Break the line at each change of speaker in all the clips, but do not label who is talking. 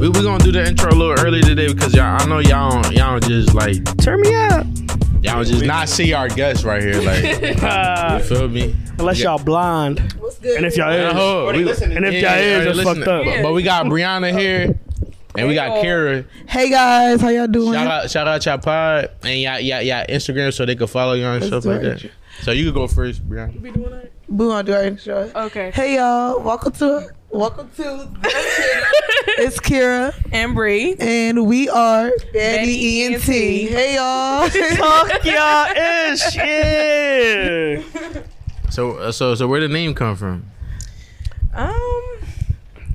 We we gonna do the intro a little early today because y'all I know y'all don't, y'all don't just like
Turn me up.
y'all don't just not see our guests right here like
Uh,
you feel me
unless y'all blind.
What's good?
And if y'all
And
is.
hold, we-
And if y'all
yeah,
is,
yeah,
it's
listen,
fucked up.
But, but we got Brianna here and we got
Hey, yo.
Kara
Hey guys, how y'all doing?
shout out shout out y'all pod and y'all, y'all, y'all Instagram so they can follow y'all and stuff like
right.
that so you can go first Brianna
be doing that?
We gonna do our intro.
Okay.
Hey y'all, welcome to welcome to it's Kira
and Bree.
and we are
Betty
Betty ENT.
ENT.
Hey y'all,
Fuck y'all ish. Yeah.
so uh, so so where the name come from
Um,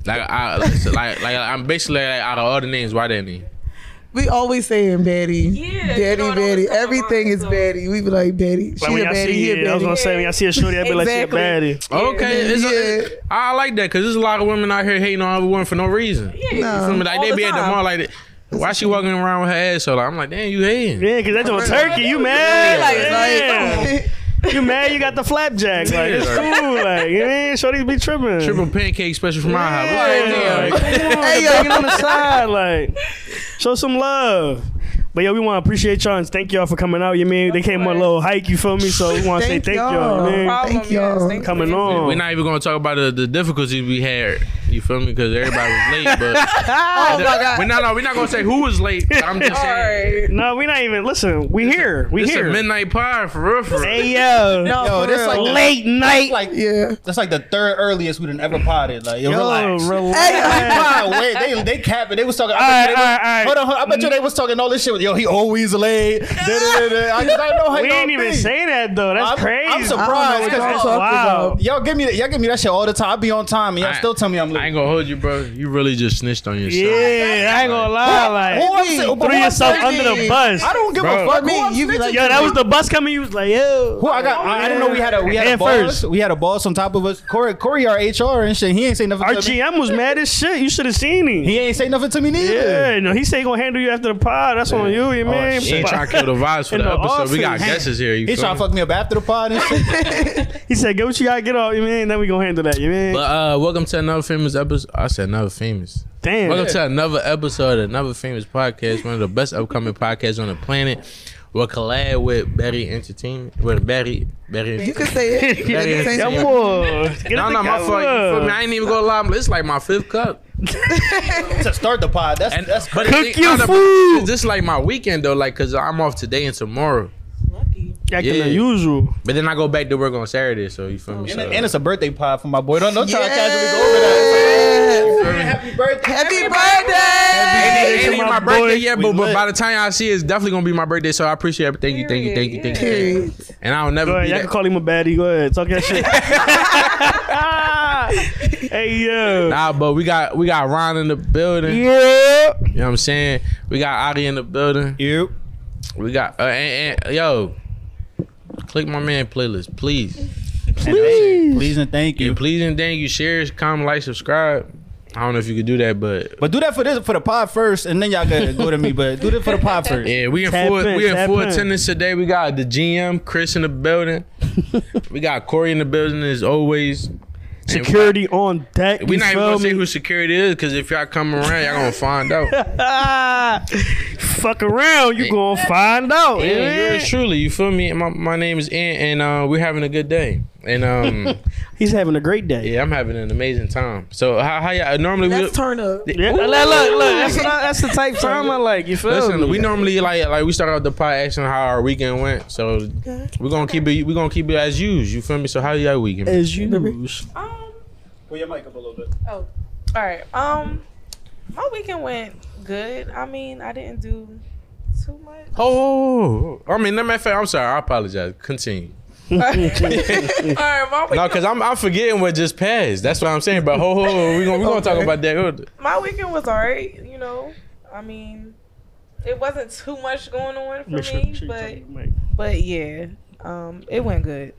like I like so, like, like I'm basically like out of all the names why that name
we always saying Betty,
Yeah, you
Betty,
know it always
Betty.
come to
Everything
mind,
is
so-
Betty. We be like Betty, she
Like when
a
y'all
Betty,
see
he
it,
a
I was
Betty.
gonna say when y'all see a shorty, I be like, she a baddie.
okay it's a-
Yeah.
I like that because there's a lot of women out here hating on other women for no reason
yeah.
You feel me? Like
All
they
the
be at Um, the
time.
mall like that. Why she walking around with her ass so? I'm like, damn, you hating.
Yeah, cause that's on turkey. You mad?
Like, oh.
yeah.
like,
you mad? You got the flapjack. Like it's
Yeah.
cool. Like you mean, shorty be tripping.
Triple pancake special from my
Yeah,
house.
like,
Like,
come on,
Hey, yo.
bring it on the side, like show some love. But yo, we want to appreciate y'all and thank y'all for coming out. You mean they came on a little hike. You feel me? So we want to say
Thank
thank y'all.
y'all.
You mean?
Problem,
Thank y'all.
yes, thank
Coming
you.
on.
We're not even gonna talk about the, the difficulties we had. You feel me? Because everybody was late, but
Ah!
oh my god,
we're not. No, we're not gonna say who was late. but I'm just
All
saying.
right.
No, we not even. Listen, we here. We
It's
here.
a midnight pod for real. For real.
Hey yo,
no,
Yo,
for
this
real.
like the-
late night.
That's like
yeah.
that's like the third earliest we done ever potted. Like yo,
yo,
relax.
relax.
Come on, wait, they they capping. They was talking. I
Alright,
bet you they was-
alright, alright.
Hold on, hold on. I bet you they was talking all this shit. Yo, he always late. Da, da, da, da. I, 'cause I know how
we
y'all
ain't even
be.
say that though. That's
I'm-
crazy.
I'm
I don't know
surprised
what
'cause
y'all
it's-
talking
wow.
about.
Y'all give me that. Y'all give me that shit all the time. I be on time. And y'all
I-
still tell me I'm
I
late.
ain't gonna hold you, bro. You really just snitched on yourself.
yeah, I ain't gonna lie.
Who
Like
I'm si- but
threw
who I'm
yourself
snitching-
under the bus.
I don't give
Bro.
a fuck.
I mean,
Who
you
you
be like-
Yo, that was the bus coming. You was like, yo.
Who I got? I, I didn't know we had a we had
Head
a boss.
first.
We had a boss on top of us. Corey, Corey, our HR and shit. He ain't say nothing.
Our
to me.
GM was mad as shit. You should have seen him.
He ain't say nothing to me neither.
yeah, no, he said he gonna handle you after the pod. That's on you,
Oh,
you mean?
He ain't trying to kill the vibes for
In
the,
the
episode. We got
office.
guesses here. You
He
feel
trying
me?
to fuck me up after the pod and shit.
He said, "Get what you gotta get off, you mean?" Then we gonna handle that, you mean?
But uh, welcome to another famous episode. I said another famous.
Damn,
Welcome to another episode of another famous podcast, one of the best upcoming podcasts on the planet. We're collab with Betty Entertainment. With Betty, Betty.
You can say it. You
Yeah,
can say
yeah.
it.
come on. Get
No,
it
no, my
together.
fault. You feel me? I ain't even gonna lie. It's like my fifth cup.
to start the pod. That's
And
that's
but
crazy.
the
Cook
thing-
your
no, no,
food.
but This is like my weekend though, like cause I'm off today and tomorrow.
Acting
Yeah.
unusual.
But then I go back to work on Saturday, so you feel me?
And,
So,
and it's a birthday pod for my boy. Don't, don't try to
Yeah.
casually go over that. It's like, "Oh, man, happy birthday.
Happy birthday!
Ain't even
to
my
my
birthday
boy.
yet,
We
but, but
lit.
by the time I see it, it's definitely gonna be my birthday. So I appreciate it. Thank you, thank you, thank you, thank you. Thank you.
Period.
And I'll never be
Go ahead, y'all
that.
can call him a baddie. Go ahead, talk that shit. hey yo,
Nah, but we got we got Ron in the building.
yeah.
You know what I'm saying? We got Adi in the building.
You.
We got uh, and, and- yo, click my man playlist, please.
Please. Please and thank
Yeah,
you.
please and thank you. Share, comment, like, subscribe. I don't know if you could do that, but
But do that for this for the pod first, and then y'all gotta go to me. But do that for the pod first.
yeah, we in
Tap
full
in,
we in
tap
full
in.
attendance today. We got the GM Chris in the building. we got Corey in the building as always. And we-
Security on deck.
We
you
not even
feel
gonna say
me?
who security is, cause if y'all come around, y'all gonna find out.
Ah, fuck around, you gonna find out. you
Yeah,
mean?
yours truly. You feel me? My, my name is Ant, and uh, we're having a good day. And um,
He's having a great day.
yeah, I'm having an amazing time. So how, how y'all normally
Let's
we
turn up.
Yeah, look, look, look, that's, what I, that's the type of time I like. You feel
listen?
me?
We normally like like we start out the pod asking how our weekend went. So we're gonna keep it. We're gonna keep it as usual. You feel me? So how y'all weekend? been?
as use.
Um.
Pull your mic up a little bit.
Oh. All right. Um. My weekend went good. I mean, I didn't do too much.
Oh, I mean, no matter of fact, I'm sorry. I apologize. Continue.
All right. My
No,
weekend,
because I'm I'm forgetting what just passed. That's what I'm saying. But ho ho, ho we gonna we gonna talk about that.
my weekend was alright. You know. I mean, it wasn't too much going on for me, but but yeah, um, it went good.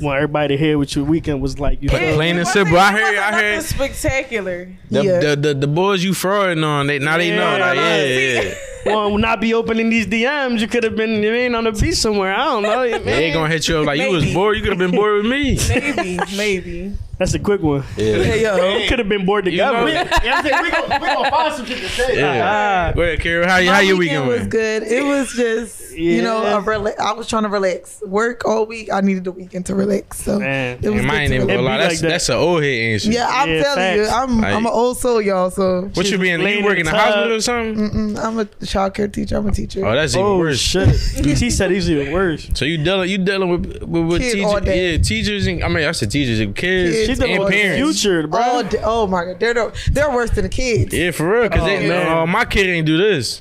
want everybody to hear what your weekend was like. You
Play-
feel?
Plain and
wasn't-
simple. I
it
hear you, I
wasn't
hear
nothing Spectacular.
The,
Yeah.
the, the, the boys you frauding on, they now they know.
Yeah.
Like, yeah, yeah.
well, not be opening these DMs. You could have been, you mean, on the beach somewhere. I don't know. you
They
mean.
ain't gonna hit you up like you was
Maybe.
bored. You could have been bored with me.
Maybe, maybe.
That's a quick one.
Yeah.
Hey, yo.
Could have been bored together.
know-
Yeah, I'm saying, we gonna, we gonna find some shit to say.
Ah,
Yeah. Well, Kira, how, you- how your weekend
was
went?
good. It was just, you know,
Yeah.
a rela- I was trying to relax. Work all week. I needed the weekend to relax. So
Man.
it was
And
good
mine
to
ain't even
relax.
gonna lie.
It be
That's
like that.
that's an old head answer.
Yeah, I'm
Yeah,
telling you,
facts.
I'm
Like-
I'm an old soul, y'all. So
What
She
you
was
being?
laying
You
in
work in
the
the
tub.
hospital or something?
mm, I'm a childcare teacher. I'm a teacher.
Oh, that's even
Oh
worse.
shit! She said he's even worse.
So you dealing you dealing with with, with
Kid all
teachers,
day.
yeah, teachers and I mean I said teachers and kids,
Kids
She's the
and
all day.
parents.
future, bro.
All day- oh my god, they're the, they're worse than the kids.
Yeah, for real, cause they,
Oh, man.
uh, my kid ain't do this.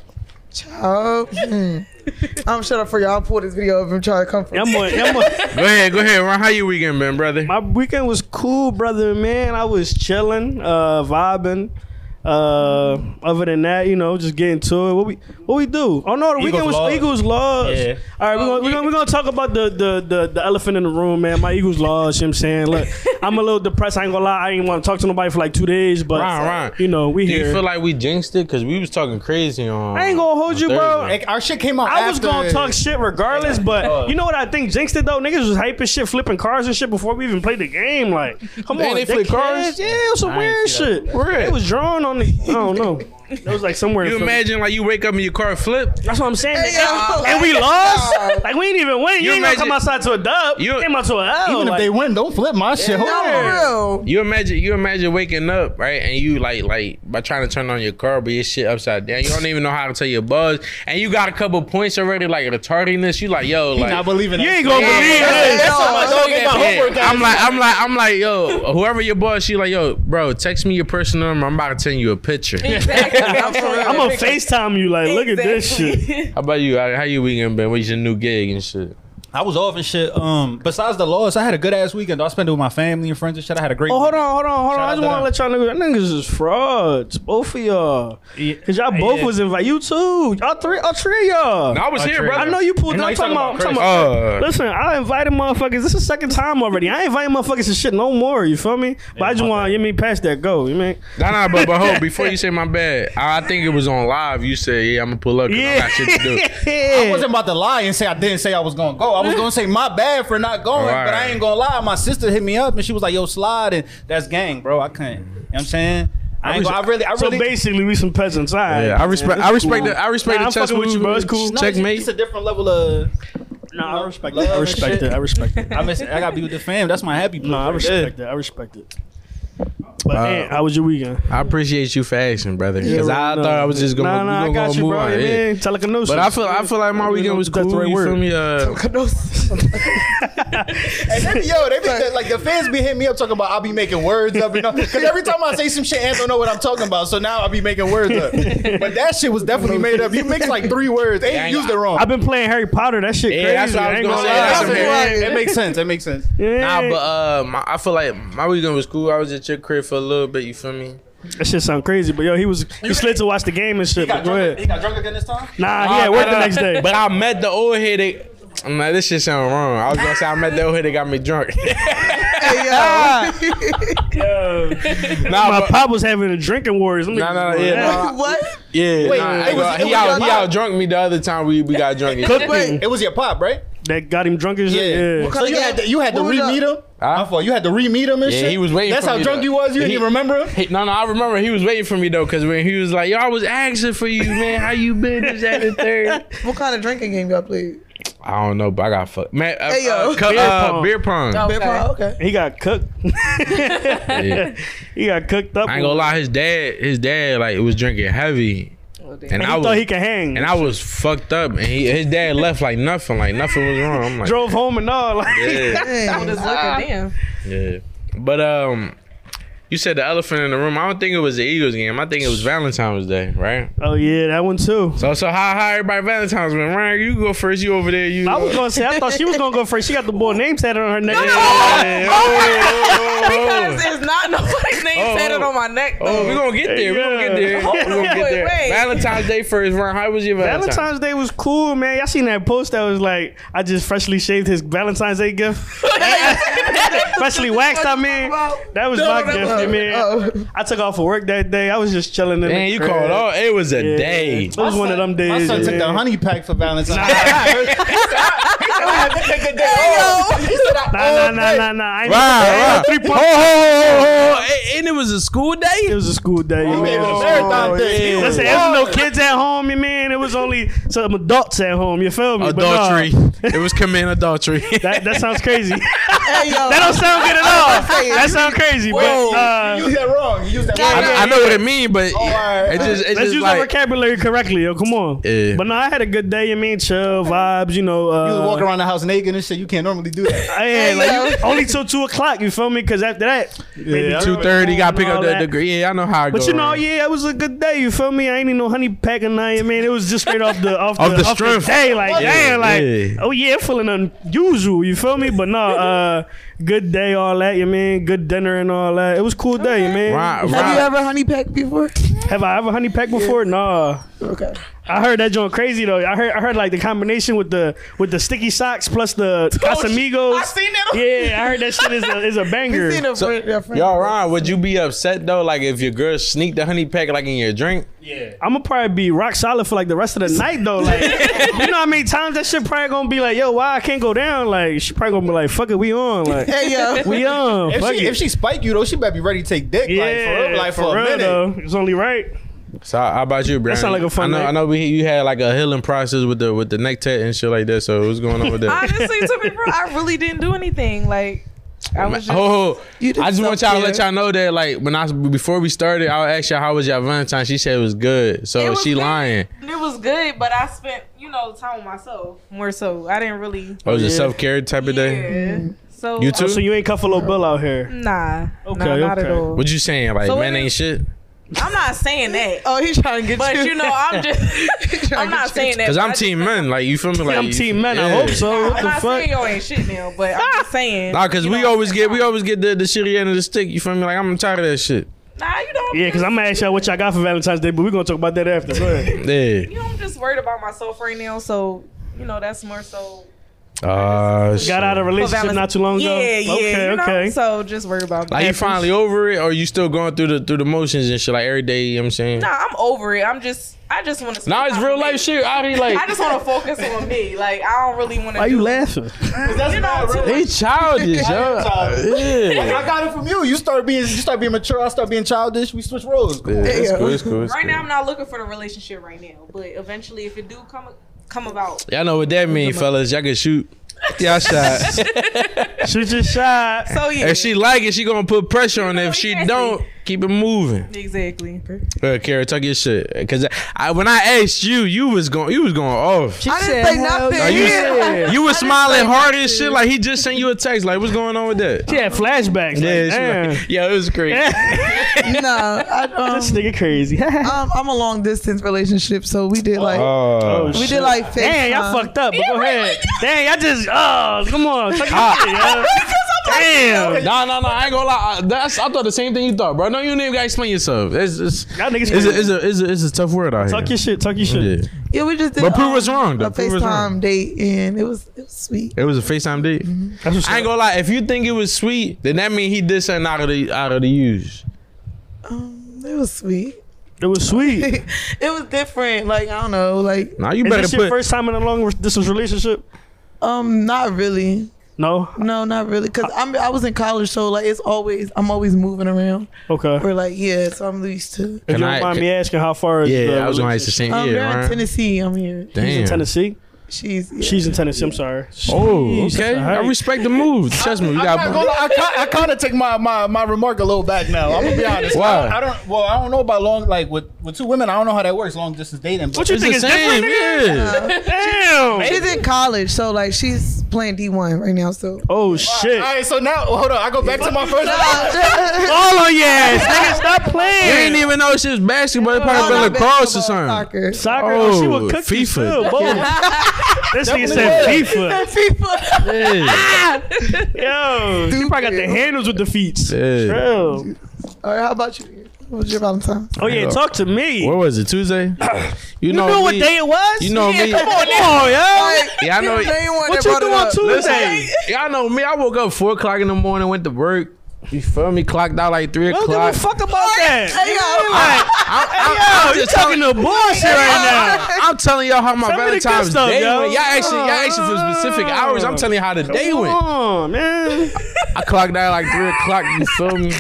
Child, mm. I'm shut up for y'all. I'll pull this video of him trying to come from.
Yeah, I'm on- yeah, I'm on-
Go ahead, go ahead, Ron. How your weekend been, brother?
my weekend was cool, brother. Man, I was chilling, uh, vibing. Uh, other than that, you know, just getting to it. What we what we do? Oh no, the weekend was
lost.
Eagles lost.
Yeah.
All right, we're gonna, we're gonna we're gonna talk about the, the the the elephant in the room, man. My Eagles lost. You know what I'm saying, look, I'm a little depressed. I ain't gonna lie. I ain't want to talk to nobody for like two days, but
Ron, Ron,
you know, we
do
here.
you feel like we jinxed it? Cause we was talking crazy on.
I ain't gonna hold
on
you, bro.
Thursday.
Like, our shit came out.
I was
after-
gonna talk shit regardless,
Uh,
but you know what I think jinxed it though? Niggas was hyping shit, flipping cars and shit before we even played the game. Like, come
Man,
on,
they flip
dickheads.
cars?
Yeah, it was some
ain't
weird
see that.
shit.
Where
It
at?
was drawn on the. I don't know. It was like somewhere. in
You
Philly.
imagine like you wake up and your car flipped.
That's what I'm saying.
Hey, yo.
and we lost. Like we ain't even win. You,
You
ain't
imagine-
gonna come outside to a dub.
You-
You came out to a L.
Even if
like,
they win, don't flip my shit. Hold
No,
on.
for real.
You imagine you imagine waking up right and you like like by trying to turn on your car but your shit upside down. You don't even know how to tell your buzz and you got a couple points already like the tardiness. You like yo like
Not believing
you
that.
ain't gonna
Yeah,
believe
that's-
this.
that's how my dog
get my homework done.
I'm like, I'm like, I'm like, yo, whoever your boss, she like, yo, bro, text me your personal number. I'm about to send you a picture.
Exactly. I'm, for real.
I'm gonna FaceTime you. Like, look at this
Exactly.
shit.
How about you? How how you weekend been? What's your new gig and shit?
I was off and shit. Um, besides the loss, I had a good ass weekend. though. I spent it with my family and friends and shit. I had a great.
Oh, hold on, hold on, hold on.
Shout
I
out
just
to
want to let y'all niggas. Niggas is frauds. Both of y'all. Cause y'all both
Yeah.
was invited. You too. Y'all three. All three of y'all.
No, I was
Oh,
here,
true.
bro.
I know you pulled.
No,
up. I'm
he's
talking about. I'm
talking
talking
about
about
Uh,
Listen, I invited motherfuckers. This is the second time already. I ain't inviting motherfuckers to shit no more. You feel me? But I just
my
want you mean past that go. You mean?
nah, nah, but but hold, before you say my bad, I think it was on live. You said, yeah, I'm gonna pull up. 'cause I
Yeah.
got shit to do.
I wasn't about to lie and say I didn't say I was gonna go. I was gonna say my bad for not going, but I
Right.
ain't gonna lie. My sister hit me up and she was like, "Yo, slide," and that's gang, bro. I couldn't. You know what I'm saying? I, ain't
wish-
gonna, I really, I
So
really.
basically, we some peasants. All right.
Yeah, I respect. I respect. The, I respect
Nah,
the
I'm
chess
fucking with you,
move.
bro. It's cool.
No,
Checkmate.
It's, it's a different level of.
Nah, I respect
Love
that. I
and
respect
shit.
that. I respect that.
I miss. I gotta be with the fam. That's my happy. place
No, I
right there.
respect that. I respect it. But
Uh,
man, how was your weekend?
I appreciate you for asking, brother. Because I
no.
thought I was just gonna.
Nah, nah,
we
I
gonna
got you,
move
bro.
on,
Yeah,
yeah.
man. Telecanosis.
But I feel. I feel like my
You
weekend
know,
was
that's
cool.
the right
you
word.
feel me? Uh,
And they be- yo, they be like the fans be hitting me up talking about I'll be making words up and all. Cause every time I say some shit, Ant don't know what I'm talking about. So now I'll be making words up. But that shit was definitely made up. You mixed like three words.
Yeah, I-
Ain't used it wrong.
I've been playing Harry Potter. That shit
Yeah,
crazy.
that's what I was
ain't
gonna say.
lie.
That's what I'm saying.
It makes sense. It makes sense.
Yeah.
Nah, but uh, my, I feel like my weekend was cool. I was at your crib for a little bit. You feel me?
that shit sound crazy. But yo, he was he slid to watch the game and shit. But go ahead.
got drunk again this time.
Nah, he had work the next day.
But I met the old head. That, I'm like, this shit sound wrong. I was gonna say I met the old head that got me drunk.
Hey, yo.
Yo,
nah,
my
but,
pop was having a drinking wars.
Nah, nah, yeah, nah.
what?
yeah,
Wait,
nah, I
it
ain't
was-
gonna-
it
he
was
out,
your
he
pop?
out drunk me the other time we, we got drunk. And shit.
Cooking
It was your pop, right?
that got him drunk as shit. Yeah.
So you had to, you had to
What was
re-meet him.
Huh?
My fault. You had to re-meet him and
Yeah,
shit.
he was waiting
That's
for
how
me
drunk
to-
you was. You didn't
He-
even remember him.
Hey, no, no, I remember he was waiting for me though, because when he was like, "Yo, I was asking for you, man. How you been? This that, and third?
What kind of drinking game y'all played?
I don't know, but I got fucked. Man, uh,
Hey, yo.
uh, cu-
Beer
uh,
pong.
beer pong.
Beer pong? Okay.
He got cooked.
Yeah.
He got cooked up.
I ain't gonna lie, his dad, his dad, like was drinking heavy,
Oh,
and I
He
was
thought he could hang.
and I was fucked up, and he, his dad left like nothing, like nothing was wrong. I'm like,
drove home and all. Like,
yeah,
Dang.
Just looking, damn.
yeah. But um, You said the elephant in the room. I don't think it was the Eagles game. I think it was Valentine's Day, right?
Oh yeah, that one too.
So so how how everybody Valentine's went? Ryan, you go first. You over there. You.
I was gonna say I thought she was gonna go first. She got the boy name tatted on her neck.
Yeah. Oh, oh, oh,
Because it's not nobody's name
Oh,
tatted
oh.
on my neck.
Oh,
Though.
we're gonna get there. We're gonna get there.
Yeah.
We're gonna get there.
Wait, wait.
Valentine's Day first, Ron. How was your Valentine's?
Valentine's Day was cool, man. Y'all seen that post that was like, I just freshly shaved his Valentine's Day gift. freshly waxed, I mean. That was my gift, man.
Oh.
I took off of work that day. I was just chilling in
Man,
the
you
crib.
called all. It was a
Yeah.
day.
It was one of them days.
My son took
man.
the honey pack for Valentine's. Day. he said I had to take a day off. He said I
Nah, nah, nah, nah, nah. I ain't
Right, right.
Three
Oh, oh,
points.
oh, oh, oh. And it was a school
It
day.
was a school day,
made
man.
Oh, it a marathon
yeah.
thing. He was
Listen, there was no kids at home, you man. It was only some adults at home. You feel me? But nah,
Adultery. It was command adultery.
that, that sounds crazy. that
Hey, yo.
don't sound good at all.
saying,
That sounds crazy, but
Whoa,
uh,
you used that wrong. You used that wrong.
I, know- I know what it mean, but
right.
it just it
Let's
just
use our
like
vocabulary correctly, yo. Come on.
Yeah.
But no, I had a good day. You mean chill vibes, you know. Uh,
You was walking around the house naked and shit. You can't normally do that.
Hey, like, only till two o'clock. You feel me? Because after that, maybe
two thirty. Got to pick up
all
the
that.
degree. Yeah, I know how it
But
goes.
you know, yeah, it was a good day. You feel me? I ain't need no honey pack or nothing, man. It was just straight off the off,
Off the
off
strength.
day, like
Yeah,
damn, like
yeah.
oh yeah, I'm feeling unusual. You feel me? But no, uh, good day, all that. You mean good dinner and all that. It was a cool day, you man.
Right,
Have you
right.
ever honey packed before?
Have I ever honey packed before? Nah.
Okay.
I heard that joint crazy though. I heard I heard like the combination with the with the sticky socks plus the Casamigos.
I seen it. On-
yeah, I heard that shit is a, is a banger.
You seen a friend, your friend.
Y'all, Ron, would you be upset though? Like if your girl sneaked the honey pack like in your drink?
I'm gonna probably be rock solid for like the rest of the night though. Like, you know how many times that shit probably gonna be like, yo, why I can't go down? Like, she probably gonna be like, fuck it, we on, like,
Hey, yo.
we on.
If
fuck
she,
it.
if she spike you though, she better be ready to take dick.
yeah,
like for real, like for, a minute.
though, it's only right.
So how about you, Brian?
sound like a fun
I know,
night.
I know we, you had like a healing process with the with the neck tat and shit like that. So what's going on with that?
Honestly, to be real, I really didn't do anything. Like I was just.
Oh,
You did
I just want y'all to let
self-care.
y'all know that like when I before we started, I asked y'all how was y'all Valentine's. She said it was good. So
It was
she
good.
lying.
It was good, but I spent, you know, time with myself more so. I didn't really.
Oh, it was a
Yeah.
self care type of day.
Yeah. So um,
You too?
Oh, so you ain't cuffing little Bill out here.
Nah.
Okay,
nah, not at
okay.
all.
What you saying? Like
So
man
it
ain't
is-
shit.
I'm not saying that.
Oh, he's trying to get
But
you.
you know, I'm just. I'm not saying that.
Cause
but
I'm
I just-
team men. Like you feel me? Like
I'm
you-
team man. I
yeah.
hope so. Oh, What
I'm
the
not saying
fuck?
y'all ain't shit now, but I'm just saying.
Nah, cause
you
we
know,
always get we always get the the shitty end of the stick. You feel me? Like I'm tired of that shit.
Nah, you know.
Yeah, because I'm gonna ask y'all what y'all got for Valentine's Day, but we're gonna talk about that after. Go ahead.
Yeah.
You know, I'm just worried about myself right now, so you know that's more so.
Uh, shit.
Got out of a relationship
Valentine's-
not too long
Yeah,
ago.
yeah.
Okay,
you know?
okay.
So just worried about.
Like
that.
you finally over it, or you still going through the through the motions and shit like every day? You know what I'm saying.
Nah, I'm over it. I'm just. I just want to.
Nah, it's real life shit. I be like,
I just want to focus on me. Like I don't really want to.
Why you laughing?
That's
You know,
mad,
too.
bro.
they childish, yo.
Childish.
Yeah.
I got it from you. You start being, you start being mature. I start being childish. We switch roles. Come on.
It's cool, it's cool, it's
Right
cool.
now, I'm not looking for the relationship right now, but eventually, if it do come come about,
Y'all know what that mean, fellas. Y'all can shoot. Y'all shot.
Shoot your shot.
so yeah.
if she like it, she gonna put pressure on it. If she don't, keep it moving.
Exactly.
Uh, Kara, talk your shit. Cause I, when I asked you, you was going, you was going off.
I didn't say nothing.
Are you,
Yeah.
you was smiling hard as shit. Like he just sent you a text. Like what's going on with that?
She had flashbacks.
Yeah,
Yeah,
she like, yeah, it was crazy.
no, I, um,
this nigga crazy.
um, I'm a long distance relationship, so we did like
Oh,
we did like FaceTime.
Damn, y'all fucked up. But go ahead. Damn, y'all just oh, come on. Fuck
Ah.
Damn,
No, no, no. I ain't gonna lie. I, that's I thought the same thing you thought, bro. No, you didn't even gotta explain yourself. It's it's,
y'all niggas.
it's,
crazy.
a, it's, a, it's, a, it's a tough word out
talk your
here.
shit. Talk your shit.
Yeah.
Yeah, we just did.
But prove
um,
us wrong, though.
A
Prove us wrong.
FaceTime date, and it was it was sweet.
It was a FaceTime date.
That's what's
I ain't
up.
gonna lie. If you think it was sweet, then that mean he did something out of the out of the use.
Um, it was sweet.
It was sweet.
it was different. Like I don't know. Like
Now you
Is
better
this your
put.
first time in a long distance relationship?
um, not really.
No.
No, not really. Cause I'm I was in college, so like it's always I'm always moving around.
Okay.
Or like yeah, so I'm used to.
If you
Can
don't
I-
mind me asking, how far is
yeah,
the
I was gonna ask the
Oh,
same.
Um,
yeah,
they're in
Ryan.
Tennessee. I'm here.
Damn.
She's in Tennessee.
She's yeah.
She's in Tennessee. I'm sorry.
Oh,
Jeez,
okay.
alright.
I respect the move. Trust me, we
I'm not gonna
got.
lie, I, ki- I kind of take my, my, my remark a little back now. I'm gonna be honest.
Why?
I, don't- I don't. Well, I don't know about long like with, with two women. I don't know how that works. Long distance dating. But
What you
It's the
think is
same.
different?
Yeah.
Damn.
she's in college, so like she's playing D one right now. So
Oh shit!
All right, so now hold on. I go back to my first.
All on your ass, nigga. Stop
You didn't
playing.
even know she was basketball. It probably
Oh,
been
not
lacrosse or
basketball,
something.
soccer.
Soccer. Oh, she
Oh,
was cooking
FIFA.
still. Both. this nigga said FIFA.
FIFA.
Yeah.
Yo, you probably got the handles with the feet.
Yeah.
True.
All right, how about you? What was your Valentine's?
Oh yeah, talk to me.
What was it? Tuesday? You,
you knew what day it was?
You know
yeah,
me.
Come on, now.
Like,
Yeah, I know-
you the main one
What you
that brought it
do on
up.
Tuesday?
Y'all know me. I woke up four o'clock in the morning, went to work. You feel me? Clocked out like three
I don't give
o'clock.
a fuck about that.
Hey, yo,
I'm, I'm-
Yo,
I'm
you
just
talking
talking.
the bullshit right now.
I'm telling y'all how my
Tell me the good
Valentine's
stuff,
day
yo.
went. Y'all actually, y'all actually for specific hours. I'm telling you how the day
Come
went.
on, man.
I clocked out like three o'clock. You feel me?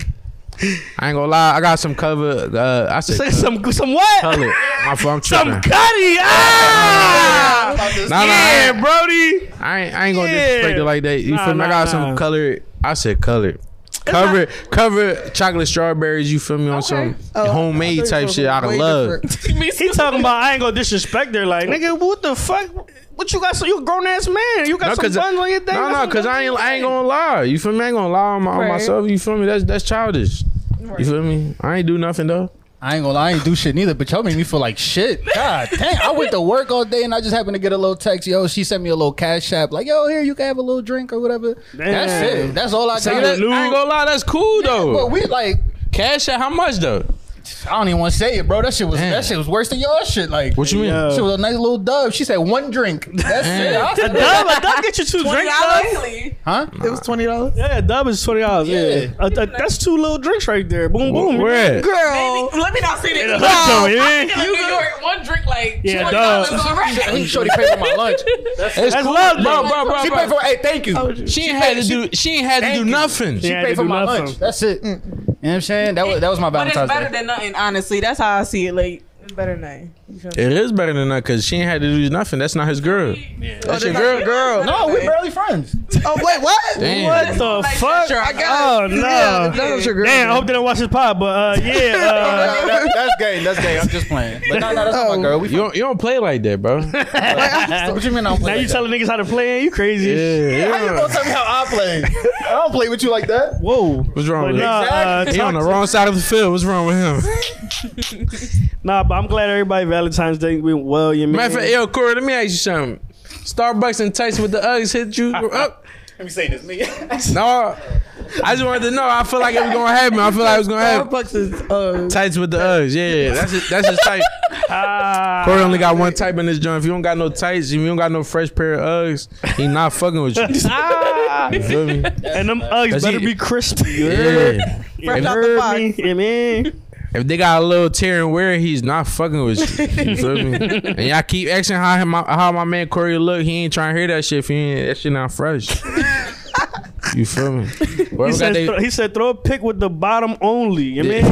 I ain't gonna lie. I got some cover. Uh, I
Say
said
some some what?
color. My fault. I'm
Some
tripping.
cutty. Ah.
Nah, nah,
Yeah,
I-
Brody.
I ain't, I ain't gonna
Yeah.
disrespect it like that. You
Nah,
feel me? I
nah,
got
nah.
some colored. I said colored. Cover, cover chocolate strawberries. You feel me on some
Oh,
homemade
I thought you
type
were
shit out of
way
love.
different.
He talking about I ain't gonna disrespect her. Like nigga, what the fuck? What you got? So you a grown ass man. You
No,
got some
cause uh,
guns on your thing.
no, no, cause I ain't, I ain't gonna lie. You feel me? I ain't gonna lie on, my, on
Right.
myself. You feel me? That's that's childish. You feel me? I ain't do nothing though.
I ain't gonna lie, I ain't do shit neither, but y'all made me feel like shit. God dang, I went to work all day and I just happened to get a little text. Yo, she sent me a little cash app, like, yo, here, you can have a little drink or whatever. That's
Damn.
it. That's all I
Take
got.
that-
Lou.
I ain't gonna lie. That's cool though.
But we like,
Cash at how much though?
I don't even want to say it, bro. That shit was
Damn.
that shit was worse than y'all shit. Like,
What you mean?
uh,
Yeah.
she was a nice little dub. She said one drink. That's it. I
A
said,
dub, a dub get you two drinks. dog.
huh?
It was twenty dollars.
Yeah, a dub is twenty dollars. Yeah,
Yeah.
A- a- that's two little drinks right there. Boom, boom.
Where? at?
Girl,
Let me not say
In the
that.
hood, though,
Oh,
yeah.
You New York, one drink like
Yeah,
$20
dog.
He
already.
shorty paid for my lunch.
It's
That's
cool.
love,
bro,
though.
bro, bro,
She
bro.
paid for hey, thank you. She
She ain't had to do. She ain't had to
Thank
do
you.
nothing.
Yeah. had to
paid for
do
my
nothing.
lunch. That's it. You know what I'm saying? That was that was my
But it's
Valentine's
better
Day.
than nothing, honestly. That's how I see it. Like,
It's better than that. You feel me?
It is better than that because she ain't had to do nothing. That's not his girl. That's
Oh,
your girl.
girl.
No, we barely friends.
Oh wait, what?
Damn.
What the fuck?
I got
Oh
it. Yeah,
no.
that was your girl.
Damn, I hope they don't watch this pod, but uh, yeah,
No, that- that's gay. That's gay. I'm just playing. But no, no, that's not
Oh.
my girl. We
You don't, you don't play like that, bro.
f- what you mean I don't
uh, now
play?
you
like
telling niggas how to play? You crazy? as shit.
that? How you gonna tell me how I play? I don't play with you like that.
Whoa.
What's wrong
But
with
nah,
him?
uh,
He on
talk
the
to-
wrong side of the field. What's wrong with him?
nah, but I'm glad everybody Valentine's Day went well. You man.
Matter of fact, yo, Corey, let me ask you something. Starbucks and Tyson with the Uggs hit you up?
Let me say this, nigga.
No, I just wanted to know. I feel like it was gonna happen. I feel like it was gonna happen.
Starbucks is uh,
Tights with the Uggs, yeah, that's his, that's his type.
Ah,
Corey only got one type in this joint. If you don't got no tights, if you don't got no fresh pair of Uggs, he not fucking with you.
ah.
You feel me?
and them Uggs
Does
better
he-
be crispy. You heard,
Yeah.
you
Fresh out
the
heard
box.
me? Yeah, man.
If they got a little tear and wear, he's not fucking with you. You feel me? And y'all keep asking how my how my man Corey look. He ain't trying to hear that shit. If he ain't, that shit not fresh. you feel me?
He
Whoever got
said,
they,
he said, throw a pick with the bottom only. You mean?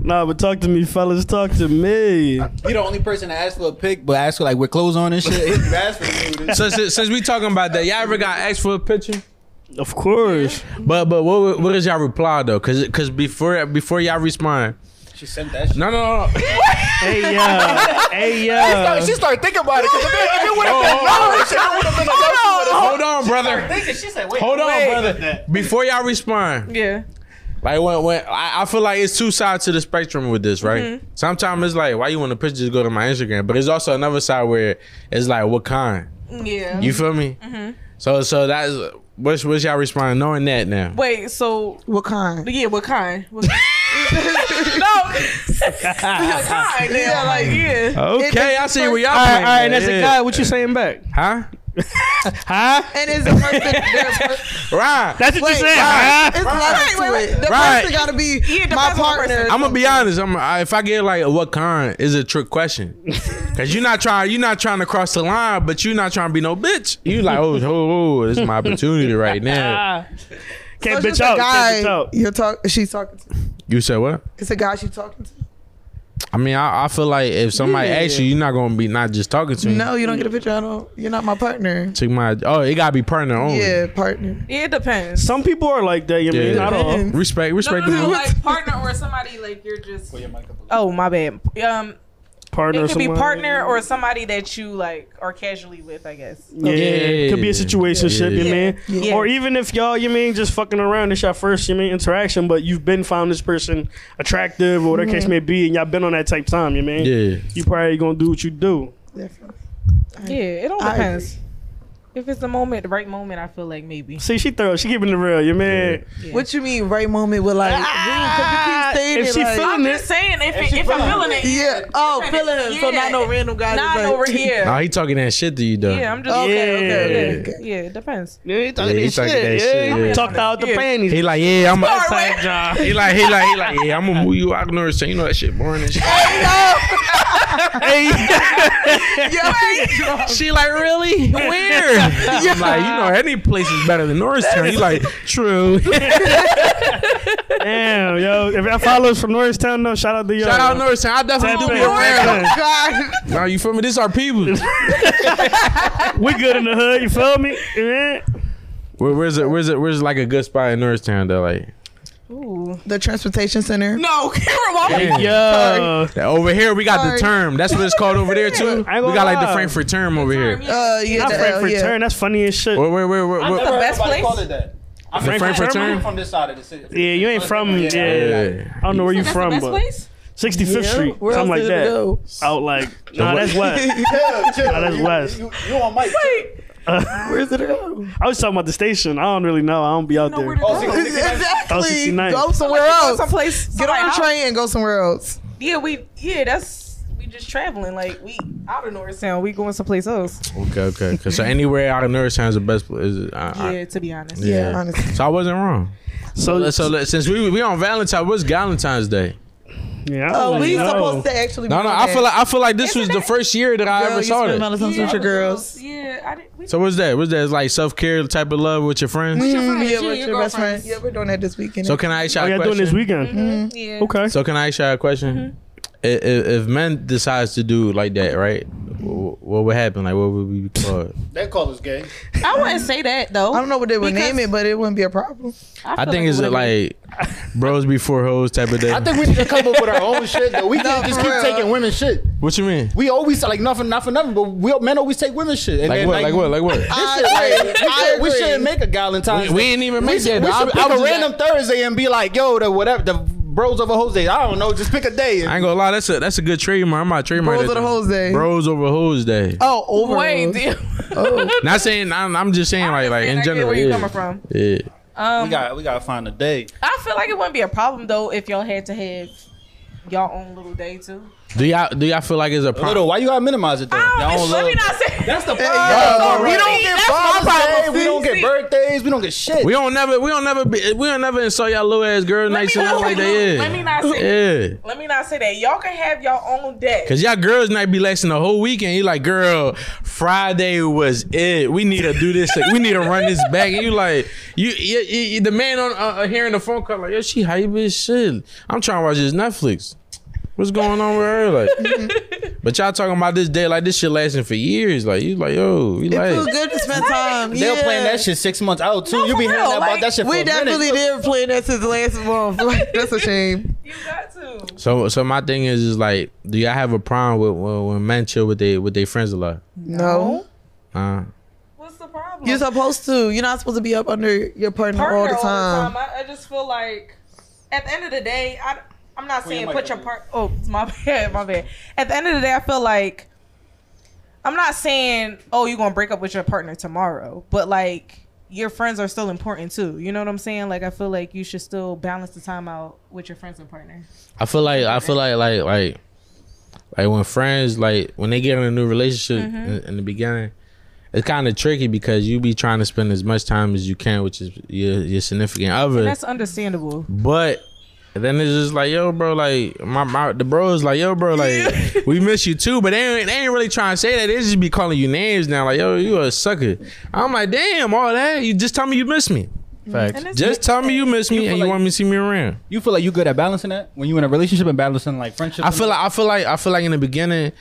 nah, but talk to me, fellas. Talk to me.
You the only person that asked for a pic, but asked for like with clothes on and shit. you asked for
so, since, since we talking about that, y'all ever got asked for a picture?
Of course.
But but what what is y'all reply though? Cause cause before before y'all respond,
She sent that. Shit.
no no no.
Hey, yeah. Hey,
Started,
yeah.
she started thinking about it. 'cause If it, if it would have been
Oh.
no, shit, it would have been like,
Hold on, brother.
Thinking, Oh, she said, wait,
Hold on,
wait.
brother. Before y'all respond,
Yeah.
Like when when I, I feel like it's two sides to the spectrum with this, right?
Mm-hmm.
Sometimes it's like why you want to picture just go to my Instagram, but it's also another side where it's like what kind?
Yeah.
Mm-hmm.
You feel me? So so that's what's what's y'all responding knowing that now?
Wait, so
what kind?
yeah, what kind? What no. what kind? Yeah, like yeah.
Okay, I see where y'all.
All right,
playing
all right.
at.
And as a
Yeah.
guy, what you saying back?
huh?
Huh?
And is it worth it?
Right.
That's what you
Wait,
saying,
right.
huh?
It's levels to it. The
Right.
person got to be
it depends
my
on the
partner.
person.
I'm gonna be honest. I'm I, if I get like what kind is a trick question, cause you're not trying you're not trying to cross the line, but you're not trying to be no bitch. You like oh oh, oh this is my opportunity right now.
So
Can't
it's
bitch
just a
out. Can't bitch
guy
out.
you're talk. She's talking to.
You said what?
It's a guy she's talking to.
I mean, I, I feel like if somebody
Yeah.
asks you, you're not gonna be not just talking to me.
No, you don't get a picture. I don't. You're not my partner.
Took my oh, it gotta be partner only.
Yeah, partner.
Yeah, it depends.
Some people are like that. You mean
Yeah.
not all?
Respect,
no,
respect
no, no,
the
like partner or somebody like you're just.
Oh my bad. Um,
partner.
It
or
could be
somebody.
partner or somebody that you like are casually with, I guess.
Yeah, it could be a situation ship, you mean?
Yeah.
Or even if y'all, you mean, just fucking around, it's your first, you mean, interaction, but you've been found this person attractive or whatever case may be, and y'all been on that type time, you mean?
Yeah.
You probably gonna do what you do.
Definitely.
Yeah, it all
I
depends. If it's the moment, the right moment, I feel like maybe.
See, she thorough, she keeping it real, you mean?
What you mean, right moment with like?
Ah,
really? 'Cause
if
you keep
she
saying it, like,
feeling
I'm
it,
just saying, if, it, if I'm feeling it,
yeah. Oh,
Yeah.
feeling him. So not no random guy.
not
just like,
over here.
Nah, he talking that shit to you though.
yeah, I'm just.
Okay, okay,
Yeah.
okay, okay.
Yeah, it depends.
yeah, he talking
Yeah, he
that
talking that
shit,
shit,
yeah.
yeah.
Talked out the
Yeah.
panties.
He like, yeah, I'm. A,
Type job.
he like, he like, he like, yeah, I'm gonna move you out north. So you know that shit boring and shit.
Yeah.
She like, really? Where? I'm like, you know, any place is better than Norristown. He like, true.
Damn, yo. If y'all follow us from Norristown, though, shout out to y'all.
Shout out Norristown. I definitely do be around.
Norristown.
Nah, you feel me? This our people.
We good in the hood, you feel me? Yeah.
Where, where's it? Where's it? Where's like a good spot in Norristown that like
Ooh.
The transportation center.
No, Cameron, why would
Yo.
that over here? We got
Sorry.
the term. That's what it's called over there too. We
I ain't gonna
got like the
lie.
Frankfurt term over here.
Uh, yeah.
Not
the-
Frankfurt
yeah.
Turn, that's funny as shit.
Where, where, where, where,
I've
where-
never heard
best
nobody
place?
call it that. I'm
The
from-
Frankfurt
I'm
term?
from this side of the city.
Yeah, you ain't from yeah.
Yeah.
I don't know where you
that's
from,
the best
but
place?
65th
Yeah,
Street,
Where
something
else
like
did it
that.
go?
Out like
what-
nah, that's what.
Chill, chill.
that's
You-
West.
You, you on mic?
Where's it go?
Uh, I was talking about the station. I don't really know. I don't be out there.
Oh, see, see, see,
Exactly.
69.
Go somewhere
Go
else.
someplace.
Get
somebody
on the
out.
train and go somewhere else.
Yeah, we. Yeah, that's. We just traveling. Like we out of Norristown. We going someplace else.
Okay, okay. 'Cause so anywhere out of Norristown is the best place. Is, I, I,
Yeah, to be honest.
Yeah.
Yeah, honestly.
So I wasn't wrong.
So,
So let- since we we on Valentine, what's Valentine's Day?
yeah, I
Oh,
don't
we
know.
supposed to actually.
No,
be
no.
on
I
that.
feel like I feel like this was the first year that I
Girl,
ever
you
saw
spend
it.
Valentine's with your girls.
Yeah, I didn't. We,
So what's that? What's that? It's like self care type of love with your friends.
Mm, yeah,
You,
with
your
your best friend.
girlfriends.
Yeah, we're doing that this weekend.
So can I ask y'all
Oh,
a
y'all doing
question?
this weekend?
Mm-hmm.
Mm-hmm. yeah.
Okay.
So can I ask y'all a question? I If, if men decides to do like that, right? wh- What would happen? Like, what would we be called?
That call is gay.
I wouldn't say that though.
I don't know what they would
Because-
name it, but it wouldn't be a problem.
I think it's like bros before hoes type of day.
I think we need to come up with our own shit. Though. We can't just
for
keep
real.
taking women's shit.
What you mean?
We always like nothing, not for nothing, but we men always take women's shit. And
Like
then,
what? Like what? Like what?
This shit, like, we,
I
should, we
agree.
shouldn't make a Valentine's.
We- we ain't even make
we should,
that.
We
I-
should
I
pick
was
a
just-
random Thursday and be like, yo, the whatever, the bros over hoes day. I don't know, just pick a day.
I ain't gonna lie. That's a that's a good trademark. I'm not trademark.
Bros
that
over
thing.
hoes day.
Bros over hoes day.
Oh, over.
Wait, dude.
Oh.
Not saying. I'm, I'm just saying like like in
Understand, I get
general.
where you
yeah.
coming from?
Yeah.
we got we gotta find a day.
I feel like it wouldn't be a problem though if y'all had to have y'all own little day too.
Do y'all do y'all feel like it's a problem?
Little, why you gotta minimize it though?
Oh,
Y'all don't
bitch, let me
love-
not say.
That's the problem.
y'all
we don't
already-
get
That's my
Father's Day.
problem.
We don't get
See?
birthdays. We don't get shit.
We don't never we don't never be, we don't never insult y'all little ass girl nights and
not-
nothing like that. Yeah.
let me not
Yeah.
Let me not say that. Y'all can have your own day.
Cause y'all girls might be lasting the whole weekend. You like, girl, Friday was it. We need to do this. we need to run this back. And you like, you, you, you- you- the man on uh, uh, hearing the phone call like, yo, she hype as shit. I'm trying to watch this Netflix. What's going on with her? Like, but y'all talking about this day like this shit lasting for years. Like you like, yo, we
It feels
like.
good to spend time.
They'll
yeah.
plan that shit six months out too. you be
for
hearing
real,
about
like,
that shit for
We
a minute.
definitely did plan that since last month. Like, that's a shame.
You got to.
So, so my thing is, is like, do y'all have a problem with when, when men chill with they with their friends a lot?
No.
Uh,
What's the problem?
You're supposed to. You're not supposed to be up under your partner,
Partner
all the time.
I, I just feel like at the end of the day, I I'm not saying
your
put
mic
your
on.
part. Oh, it's my bad, my bad. At the end of the day, I feel like I'm not saying oh you're gonna break up with your partner tomorrow, but like your friends are still important too. You know what I'm saying? Like I feel like you should still balance the time out with your friends and partner.
I feel like I feel like like like like when friends like when they get in a new relationship in, in the beginning, it's kind of tricky because you be trying to spend as much time as you can with your your, your significant other,
That's understandable.
but. Then it's just like, yo, bro, like my, my the bros like, yo, bro, like we miss you too, but they ain't, they ain't really trying to say that. They just be calling you names now, like, yo, you a sucker. I'm like, damn, all that. You just tell me you miss me.
Facts.
that's-
Just tell me you miss me, and you
like-
want me to see me around.
You feel like you good at balancing that when you in a relationship and balancing like friendship.
I feel like I feel like I feel like in the beginning.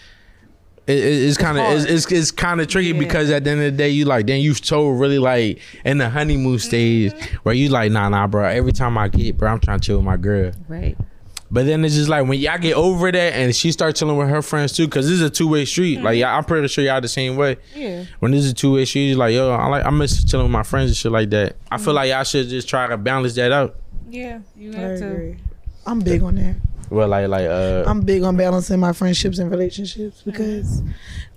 It, it, it's kind of
hard.
it's, it's, it's kind of tricky because at the end of the day you like then you've told really like in the honeymoon stage where you like nah nah bro every time I get bro I'm trying to chill with my girl
Right.
But then it's just like when y'all get over that and she start chilling with her friends too, because this is a two way street. Like y'all, I'm pretty sure y'all the same way.
Yeah.
When this is a two way street, it's like yo, I like I miss chilling with my friends and shit like that. I feel like y'all should just try to balance that out.
Yeah, you
I
have to.
agree. I'm big on that.
Well, like like uh,
I'm big on balancing my friendships and relationships because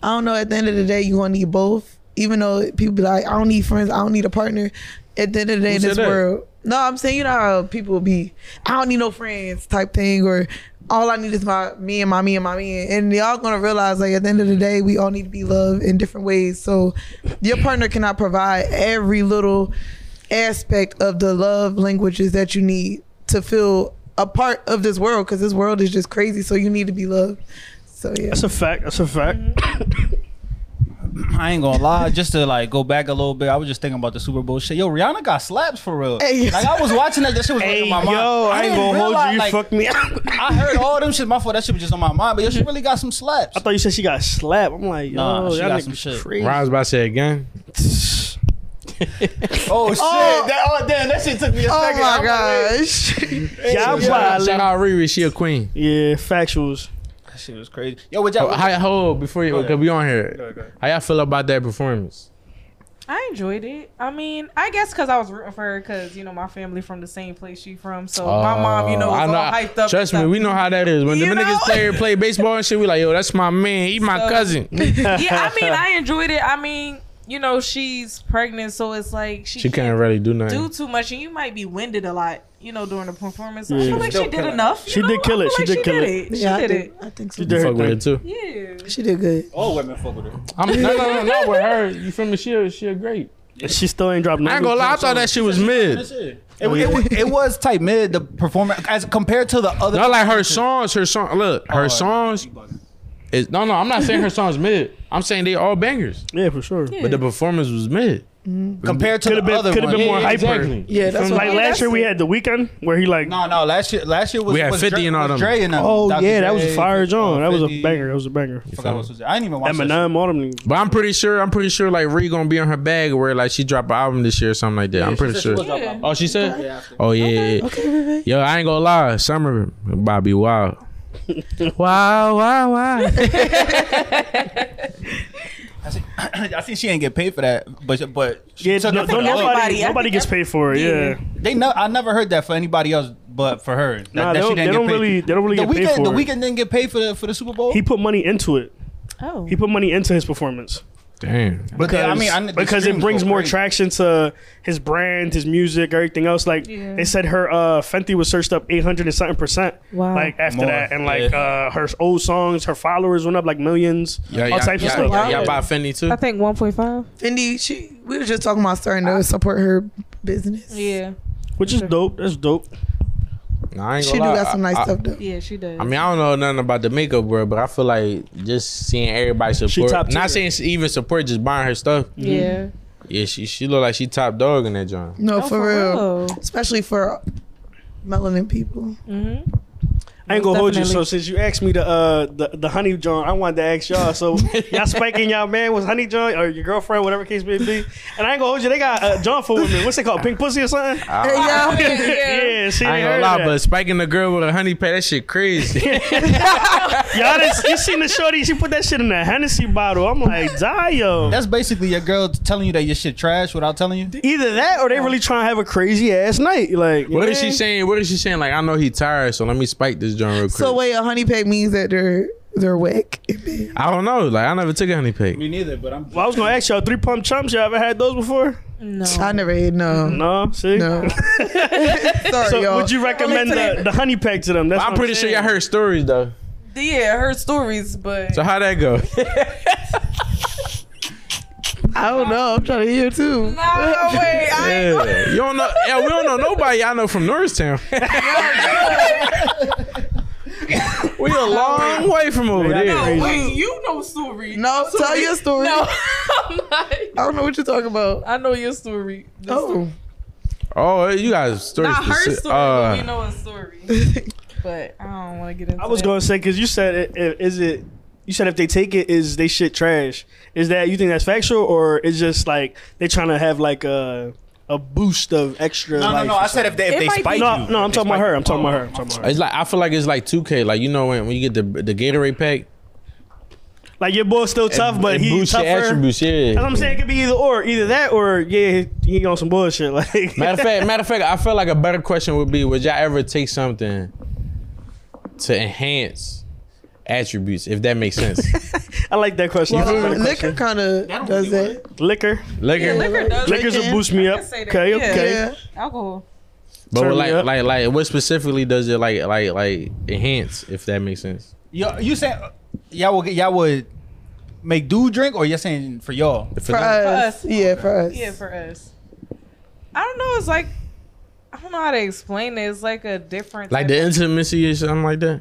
I don't know. At the end of the day, you gonna need both. Even though people be like, I don't need friends, I don't need a partner. At the end of the day, in
said
this
that?
world, no, I'm saying you know how people be. I don't need no friends type thing, or all I need is my me and my me and my me, and y'all gonna realize like at the end of the day, we all need to be loved in different ways. So your partner cannot provide every little aspect of the love languages that you need to feel a part of this world because this world is just crazy. So you need to be loved. So yeah,
That's a fact. That's a fact.
Mm-hmm.
I ain't gonna lie, just to like go back a little bit, I was just thinking about the Super Bowl shit. Yo, Rihanna got slaps for real.
Hey.
Like I was watching that, that shit was like
Hey,
in my mind.
yo, I, ain't
didn't
gonna hold you.
realize,
You
like,
fuck me.
I heard all them shit. My fault. That shit was just on my mind. But yo, she really got some slaps.
I thought you said she got slapped. I'm like, yo,
Nah, she
y'all
got
niggas
some shit.
Crazy.
Ron's about to say again.
Oh shit!
Oh.
That, oh damn! That shit took me a
Oh
second. I'm
my
like, wait.
gosh.
Y'all
Shout
wildin'.
out Riri, she a queen.
Yeah, factuals.
That shit was crazy. Yo, what
Oh,
y'all?
how, hold before you because we on here. How y'all feel about that performance?
I enjoyed it. I mean, I guess because I was rooting for her because you know my family from the same place she from, so my mom, you know, was
Oh, I
all hyped up.
Trust me, we know how that is. When
You
the
know?
niggas play play baseball and shit, we like, yo, that's my man. He my
So-
cousin.
yeah, I mean, I enjoyed it. I mean, you know, she's pregnant, so it's like she,
She
can't
can't really do nothing.
do too much, and you might be winded a lot, you know, during the performance. I
Yeah.
feel like she did enough. you
She
know?
did kill
I
it.
feel
She did kill it.
She
Yeah, I
did
think,
it.
I think so.
She did her
Fuck with
thing.
it too.
Yeah.
She did good.
All women fuck with her.
I'm, no, no, no, not with her. You feel me? She a, she a great.
She still ain't dropped.
I ain't gonna lie. I thought that shit was mid.
it. It, it, it was tight mid the performance as compared to the other.
Not like her songs. Her song. Look, her songs. Is, no, no. I'm not saying her songs mid. I'm saying they all bangers.
Yeah, for sure.
But the performance was mid.
compared to
Could've
the
been-
other
could've
one.
been more hyper.
Yeah, that's what
Like
I,
last year, we had the weekend where he like.
No, no. Last year, last year was
We had
was
50
Dre-
and all
was
them.
Dre and them.
Oh
Dr.
yeah, that was
Dre,
a fire John. That was a
50.
banger. That was a banger.
Forgot what was it. I didn't even watch that. shit.
Eminem, all them niggas.
But I'm pretty sure. I'm pretty sure like Ree gonna be on her bag where like she dropped an album this year or something like that. I'm pretty sure. Oh, she said. Oh yeah. yeah, yeah. Yo, I ain't gonna lie. Summer Bobby Wild. wow, wow, wow.
I think she ain't get paid for that, but but she
Yeah,
took
no,
it for
don't nobody,
the other-
everybody. I
nobody
think
gets paid for it. Yeah,
They no, I never heard that for anybody else, but for her, that,
Nah,
that
they
she
don't-
didn't
they
get
don't
paid.
really- they don't really
the
get paid
weekend,
for
The
it.
weekend didn't get paid for the for the Super Bowl.
he put money into it.
Oh.
He put money into his performance
Damn.
but
because
they- I mean, I, kn- the
because it
streams
brings
go
more
crazy.
traction to his brand, his music, everything else. Like
Yeah.
they said, her uh, Fenty was searched up eight hundred and something percent.
Wow.
Like after
More,
that, and like
yeah.
uh, her old songs, her followers went up like millions.
Yeah,
all
yeah,
types
yeah,
of stuff.
Yeah, yeah, by Fendi too.
I think 1.5.
Fendi, she we were just talking about starting to support her business.
Yeah.
Which is dope. That's dope.
Nah, I ain't
She
gonna
do
lie.
got some nice
I, I-
stuff though.
Yeah, she does.
I mean, I don't know nothing about the makeup world, but I feel like just seeing everybody support.
top tier.
Not saying she even support, just buying her stuff.
yeah. Oh,
Yeah, she she look like she top dog in that joint.
No, Oh, for, real.
real.
especially for melanin people.
Mm-hmm.
I ain't gonna hold you. So
Definitely.
since you asked me the uh the, the honey joint, I wanted to ask y'all. So y'all spiking y'all man was honey joint or your girlfriend, whatever case may be. And I ain't gonna hold you. They got uh, joint for women. What's it called? Pink pussy or something?
Hey, y'all.
yeah, she
I
ain't
ain't gonna
heard
lie,
that.
but spiking a girl with a honey pad, that shit crazy.
y'all done, you seen the shorty? She put that shit in a Hennessy bottle. I'm like, die yo.
That's basically your girl telling you that your shit trash without telling you.
Either that or they really trying to have a crazy ass night. Like,
what is
man.
she saying? What is she saying? Like, I know he tired, so let me spike this joint real quick.
So wait, a honey pack means that they're they're whack.
I don't know. Like, I never took a honey pack.
Me neither, but I'm.
Well, I was gonna ask y'all three pump chumps. Y'all ever had those before?
No.
I never ate no. No.
No, see.
Sorry,
So
y'all.
would you recommend the, the honey pack to them? That's
I'm
what
pretty sure
saying.
y'all heard stories though.
Yeah, her stories, but
So how that go?
I don't know. I'm trying to hear too.
no way. I ain't gonna-
Yeah. You don't know. Yeah, we don't know nobody. I know from Norristown. we a long way from over there.
crazy.
Wait, you know story.
No, tell your story.
No,
I
I'm not.
don't know what you're talking about.
I know your story. The
Oh,
Oh, you guys stories.
Not her
speci-
story, but
uh,
we know a story.
Oh.
but I don't want to get into.
I was
that.
gonna say because you said it, it, is it you said if they take it is they shit trash. Is that you think that's factual or is just like they trying to have like a a boost of extra.
No, no,
life
no.
or
I said if they if
It
they
might be-
spike
No,
you.
no, I'm
They
talking about
spike
her.
you.
I'm talking
Oh.
about her. I'm talking about her.
It's like I feel like it's like 2K. Like you know when, when you get the the Gatorade pack,
Like your boy's still tough, but
it
he's
boosts your
tougher.
attributes. Yeah,
That's what I'm saying. It could be either or, either that or yeah, he he on some bullshit. Like
Matter of fact, matter of fact, I feel like a better question would be: Would y'all ever take something to enhance attributes, if that makes sense?
I like that question. That's a
Well,
better
liquor
question.
kind of does that.
Liquor,
Liquor,
liquor does
liquor's will boost me
I
up.
can say that,
Okay,
yeah.
okay.
Yeah.
alcohol.
but
turn me
like,
up.
like, like, what specifically does it like, like, like enhance, if that makes sense?
You, you saying y'all would y'all would make dude drink or you all saying for y'all?
For uh, us.
us.
Yeah, for us.
Yeah, for us. I don't know. It's like I don't know how to explain it. It's like a different
Like the
type
intimacy or something like that,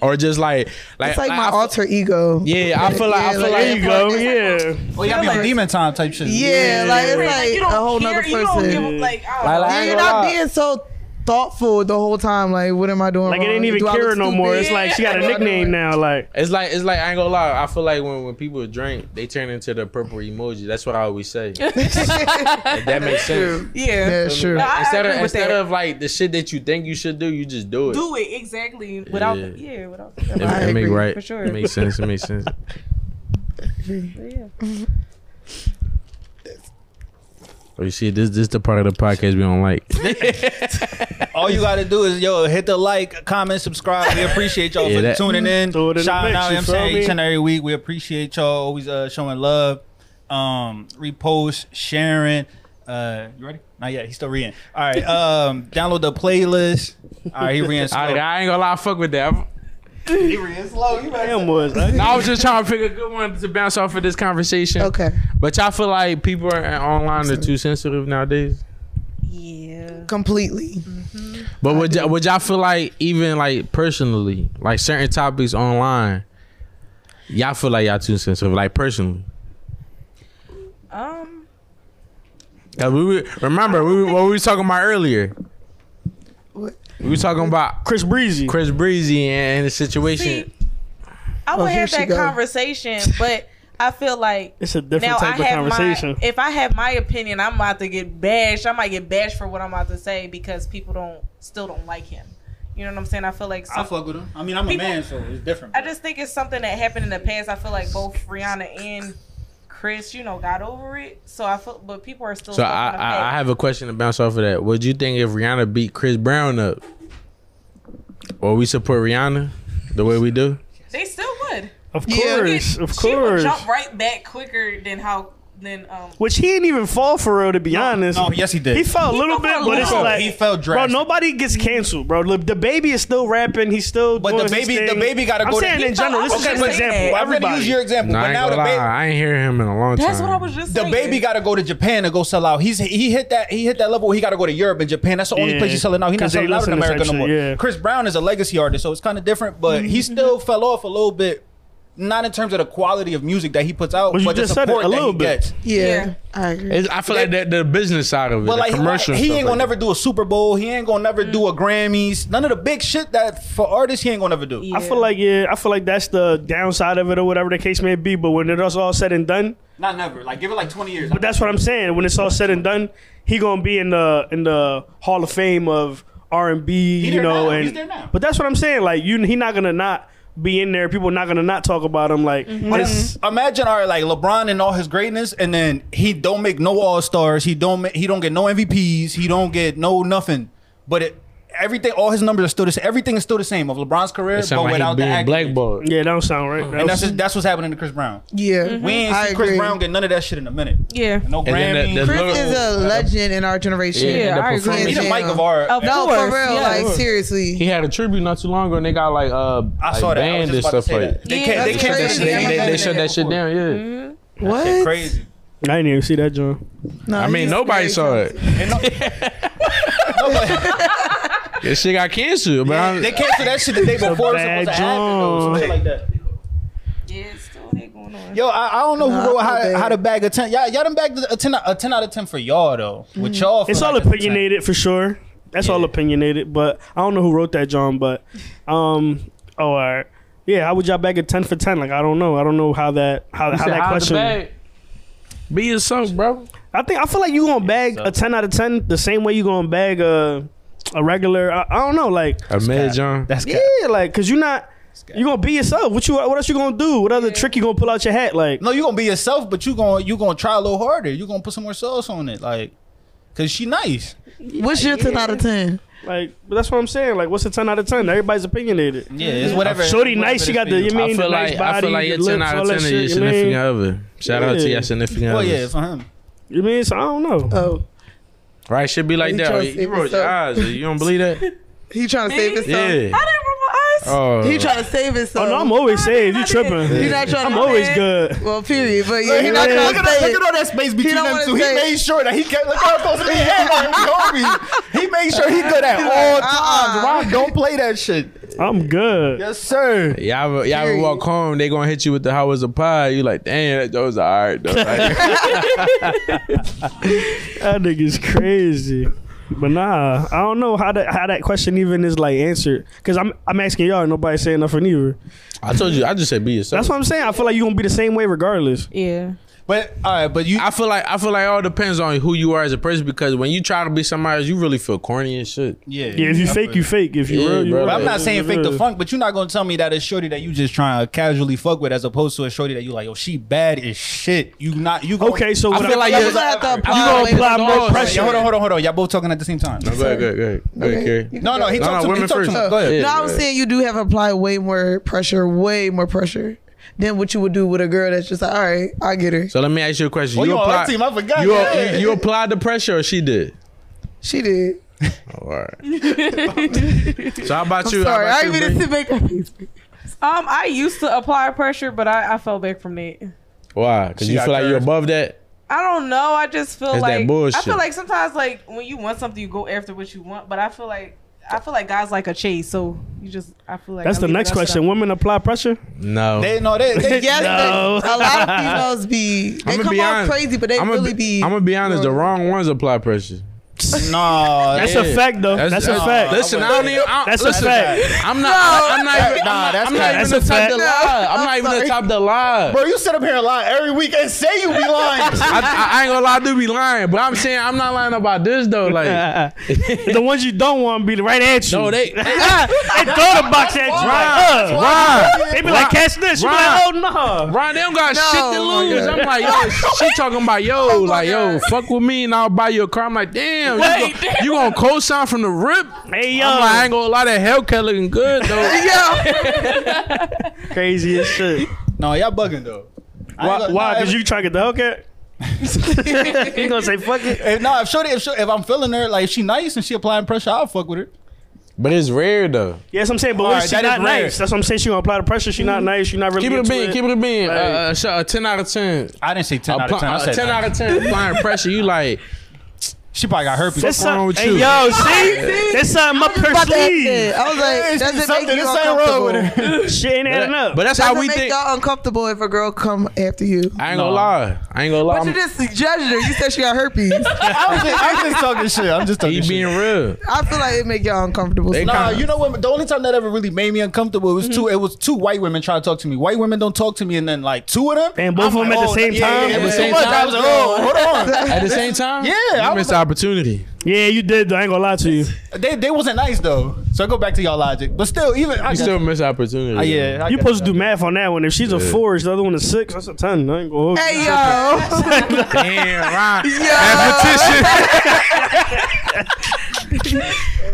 or just like, like,
It's like
I-
my
I, feel-
alter ego.
Yeah, I feel like I feel like
There you go. Yeah.
Well, y'all be on demon time type shit.
Yeah, like
of-
it's like
you
a
don't
whole
care,
nother
You don't give
person.
a- like, oh, I
Like,
don't know.
like, I
Yeah,
ain't
you're
gonna
not
lie.
being so thoughtful the whole time. Like, what am I doing?
Like it
wrong?
ain't even
uh, Do I look
Kira no
stupid?
more. It's like she got a
Yeah.
nickname now. Like
It's like it's like I ain't gonna lie. I feel like when, when people drink, they turn into the purple emoji. That's what I always say. If that makes sense.
yeah.
Yeah, sure.
I
instead
agree
of
with
instead
that.
of like the shit that you think you should do, you just do it.
Do it exactly without.
Yeah.
Yeah, without.
It,
I
it make
agree,
right.
for sure.
It makes sense. It makes sense.
Yeah.
Oh, you see, this this the part of the podcast we don't like.
All you gotta do is yo hit the like, comment, subscribe. We appreciate y'all
Yeah,
for
that-
tuning in,
Throw it in the
shouting
mix,
out.
you
You know what I'm
feel
saying
me?
each and every week. We appreciate y'all always uh, showing love, um, repost, sharing. Uh, you ready? Not yet. He's still reading. All right. Um, download the playlist. All right, he reading. Slow.
I, I ain't gonna lie. I fuck with that. I'm-
He reading slow. You better-
damn was. I-
I was just trying to pick a good one to bounce off of this conversation.
Okay,
But y'all feel like people are online are too sensitive nowadays.
Yeah.
completely.
But would y'all, would y'all feel like even like personally, like certain topics online, y'all feel like y'all too sensitive, like personally.
Um.
'Cause we were, remember we were, what we were talking about earlier.
What?
We were talking about
Chris Breezy.
Chris Breezy and, and the situation.
See, I
Oh,
would
here
have
she
that
go.
conversation, but I feel like
It's a different
now
type
I
of
have
conversation.
my. If I have my opinion, I'm about to get bashed. I might get bashed for what I'm about to say because people don't still don't like him. You know what I'm saying? I feel like
I
some,
fuck with him. I mean, I'm a
People-
man, so it's different.
I just think it's something that happened in the past. I feel like both Rihanna and Chris, you know, got over it. So I feel, but people are still.
So
stuck
I,
on the fact.
I, I have a question to bounce off of that. What do you think if Rihanna beat Chris Brown up? Or we support Rihanna the way we do?
They still would.
Of
Yeah.
course, of
She would
course.
jump right back quicker than how than um.
Which he didn't even fall for real, to be honest.
no, yes, he did.
He fell a little
fell
bit,
a
but
little
it's
bit.
like
He fell
Bro,
drastic.
nobody gets canceled, bro. Look, The baby is still rapping. He's still.
But
doing
the
his
baby- the
thing.
baby gotta
I'm
go to-
saying
He
in
fell
general.
off
This is
the
just an
back.
example.
Well,
I'm gonna
Everybody.
use your example,
Nah, I
but
ain't
now the
gonna lie.
baby.
I ain't hear him in a long
That's
time.
what I was just.
The
saying.
baby got to go to Japan to go sell out. He's he hit that he hit that level. Where he got to go to Europe and Japan. That's the only
Yeah.
place he's selling out. He's not
'Cause they
selling out in
listen to
America
such
no more.
shit, yeah. Mm-hmm.
Chris Brown is a legacy artist, so it's kind of different. But he still fell off a little bit, not in terms of the quality of music that he puts out,
Well, you
but the
just said it,
support
a
that
little
he
bit.
gets.
Yeah,
Yeah.
I agree.
It's- I feel like that the business side of it,
But
the
like
commercial. and
he, he
stuff
ain't gonna
like
never do a Super Bowl. He ain't gonna never do a
Mm.
Grammys. None of the big shit that for artists he ain't gonna never do.
I feel like yeah, I feel like that's the downside of it or whatever the case may be. But when it's all said and done,
Not never. Like give it like twenty years.
but that's what I'm saying. When it's all said and done, he gonna be in the in the Hall of Fame of R and B,
there
you know.
now.
And
He's there now.
but that's what I'm saying. Like you, he not gonna not be in there. People not gonna not talk about him. Like
Mm-hmm.
it's-
Imagine, all right, like LeBron and all his greatness, and then he don't make no All Stars. He don't ma- he don't get no MVPs. He don't get no nothing. But it, everything, all his numbers are still the same. Everything is still the same of LeBron's career,
It
but
sound like
without
he
the
being
accolades.
blackballed.
yeah, that don't sound right.
And
That
that's
was-
just, that's what's happening to Chris Brown.
Yeah,
Mm-hmm.
We ain't
I
see Chris
agree.
Brown get none of that shit in a minute.
Yeah.
No
And then
Grammy.
the- the-
Chris
Look-
is a legend in our generation.
Yeah, and the
I agree.
performance-
he the
Yeah.
Mike of our.
Of
No,
course,
for real.
yeah.
Like seriously.
He had a tribute not too long ago, and they got like uh,
I
like
saw that. I was
banned
just
and
about to
stuff
say
like.
that. They
Yeah,
can't. They
that's
can't.
crazy.
They, they, they
Yeah.
shut that shit down. Yeah,
what?
Shit Crazy.
I didn't even see that, John.
No,
I mean
he's
nobody
very
saw it.
And no- nobody-
This shit got canceled, but I'm,
they canceled that shit the day before it was
bad
supposed to happen. though, some
joke.
shit like that.
Yeah, it's still hate going on.
Yo, I, I don't know
Nah,
who wrote
I
how,
feel bad.
how to bag a ten. Y'all, y'all done bagged a ten, a ten out of ten for y'all though.
Mm.
With y'all, for
It's all
like a 10.
opinionated for sure. That's all
Yeah.
opinionated. But I don't know who wrote that, John. But um, oh, all right. Yeah, how would y'all bag a ten for ten? Like I don't know. I don't know how that how, how
Said,
that
"How's the
question.
bag?" Be yourself, bro.
I think I feel like you gonna bag a ten out of ten the same way you gonna bag a a regular. I, I don't know, like
A mid John.
That's cap.
yeah, like because you're not you gonna be yourself. What you what else you gonna do? What other trick you gonna pull out your hat? Like
No, you gonna be yourself, but you gonna you gonna try a little harder. You gonna put some more sauce on it, like, cause she nice.
What's your ten out of ten?
like but that's what I'm saying. Like what's a ten out of ten? Everybody's opinionated.
Yeah, it's whatever.
Shorty
whatever
nice, she
it
got
is for
the
you.
you mean
I feel
the nice
like
body,
I feel like
the
your
lips,
ten out
all
of
that
ten of your
shit, you mean?
significant other. Shout out to
Yeah.
your significant
Well,
other.
yeah, for him.
You mean so I don't know.
Oh,
Right, should be like
He
that.
tryna
Oh,
save
You rolled your eyes.
himself.
You don't believe that?
he trying to save himself.
Yeah.
I didn't roll my eyes.
Oh,
He trying to save himself.
oh no, I'm always saying you
He
tripping.
not trying.
I'm
to,
always good.
Well, period. But yeah, he
He
not
not-
Yeah.
trying
Look
to
at that!
save.
Look at all that space between
don't
them
wanna
two. He
say-
made sure that he kept. Look how close he had like, he told me. He made sure he good at all
"Ah."
times. Ron, don't play that shit.
I'm good.
Yes, sir.
Y'all, ever- y'all ever
Period.
walk home, they gonna hit you with the how was a pie. You like, damn, that, that was all right though. Like,
That nigga's crazy. But nah, I don't know how that how that question even is like answered. Cause I'm I'm asking y'all, nobody saying nothing either.
I told you, I just said be
That's
yourself.
what I'm saying. I feel like you gonna be the same way regardless.
Yeah.
But all right, but you
I feel like I feel like it all depends on who you are as a person because when you try to be somebody, else, you really feel corny and shit.
yeah.
Yeah, if you
I
fake,
feel-
you fake. If you
Yeah,
real, you
bro.
real.
But I'm
Right.
not saying fake the funk, but you're not gonna tell me that it's shorty that you just trying to casually fuck with, as opposed to a shorty that you like, yo, she bad as shit. You not you gonna,
Okay, so
I
what
feel like
You
you're-
gonna have to apply.
gonna
way
apply
more
more
laws.
pressure.
Yo, hold on, hold on, hold on. Y'all both talking at the same time.
No, go ahead, go ahead, go ahead, go ahead, Carrie.
No, no, he
No, no,
talked to me.
women
He talked to
first.
me. Go ahead.
Yeah,
No,
go
I'm
ahead.
saying you do have to apply way more pressure, way more pressure than what you would do with a girl that's just like, all right, I get her.
So let me ask you a question.
Oh, you on
apply-
our team? I forgot.
You,
Yeah.
you, you applied the pressure, or she did?
She did.
Oh, all right. so how about
I'm
you?
sorry,
how
I
about
didn't
you,
mean
Bree?
to make that face.
Um, I used to apply pressure, but I, I fell back from that.
Why? Because
She
you
got
feel like you're
curves.
above that.
I don't know. I just feel
That's that
like I
bullshit.
feel like sometimes like when you want something, you go after what you want. But I feel like I feel like guys like a chase, so you just I feel like
That's
I
the
leave it
next
up to them.
question. Women apply pressure.
No.
They no, they, they
Yes,
No.
but a lot of females be they
I'ma
come
be
off
honest.
crazy, but they
I'm
really
gonna
be.
be, I'm gonna be honest. The wrong ones apply pressure.
no.
That's
they-
a fact, though. That's, a
uh,
fact.
Listen, I don't even. I,
That's a
listen,
fact.
I'm not. I'm not even.
Nah, that's
I'm not
fact.
even
That's
the
a
top
fact.
the lie. I'm not even the top the lie.
Bro, you sit up here and lie every week and say you be lying.
I, I, I ain't gonna lie, I do be lying, but I'm saying I'm not lying about this though. Like,
the ones you don't want be right at you.
no, they, they
They throw the box at you.
Right.
Huh.
Ron,
They be like, catch this. You be like, oh
Right.
no.
Ron, they don't got
No,
shit to
oh my
lose.
God. Oh,
I'm like, yo, she talking about yo, like yo, fuck with me and I'll buy you a car. I'm like, damn, you,
Wait,
gonna, you gonna co-sign from the rip?
Hey
I'm like, I
yo,
ain't gonna lie, that Hellcat looking good though.
yeah,
crazy as shit.
No, y'all bugging though. I ain't
Why?
gonna-
Why?
nah,
Cause
if-
you trying to get the Hellcat? you gonna say fuck it?
If, no, if shorty, if, shorty, if I'm feeling her, like if she nice and she applying pressure, I'll fuck with her.
But it's rare though.
Yes, I'm saying, but
All
when
right,
she
that is
not
rare.
nice. That's what I'm saying. She gonna apply the pressure. She not nice. She not really.
Mm-hmm. Keep it a
into
bean, keep it a bean. Uh, uh, sh- a ten out of ten.
I didn't say ten out
Apply-
of ten. I
uh,
said
10 out of 10 applying pressure. You like,
She probably got herpes.
That's
What's wrong
some-
with
hey,
you?
yo, see, that's something up her
About that shit.
sleeve.
I was like, does it
Something-
make you
this ain't wrong with
uncomfortable?
Shit ain't adding up.
but that's
Does
how
it
we
make
think.
y'all uncomfortable if a girl come after you?
I ain't gonna lie. I ain't gonna lie.
But you
I'm-
just judged her. You said she got herpes.
I was just, I'm just talking shit. I'm just talking
He
shit.
being real.
I feel like it make y'all uncomfortable.
They
Nah,
kinda-
you know what? The only time that ever really made me uncomfortable was two. It was two white women trying to talk to me. White women don't talk to me, and then like two of them,
And both
I'm
of them
like,
at the
oh,
same
yeah,
time?
Yeah,
At the
yeah,
same
yeah.
time?
I was like, oh, hold on.
At the same time,
Yeah,
you
I was
missed the
like-
opportunity.
yeah, you did. though. I ain't gonna lie to you.
they they wasn't nice though. So I go back to y'all logic, but still, even I
You still
still,
missed the opportunity.
uh, yeah, I
You
got
supposed
it.
to do math on that one. If she's a four, the other one a six. That's a ten. I ain't gonna. hold you.
Hey yo,
Damn, Ron.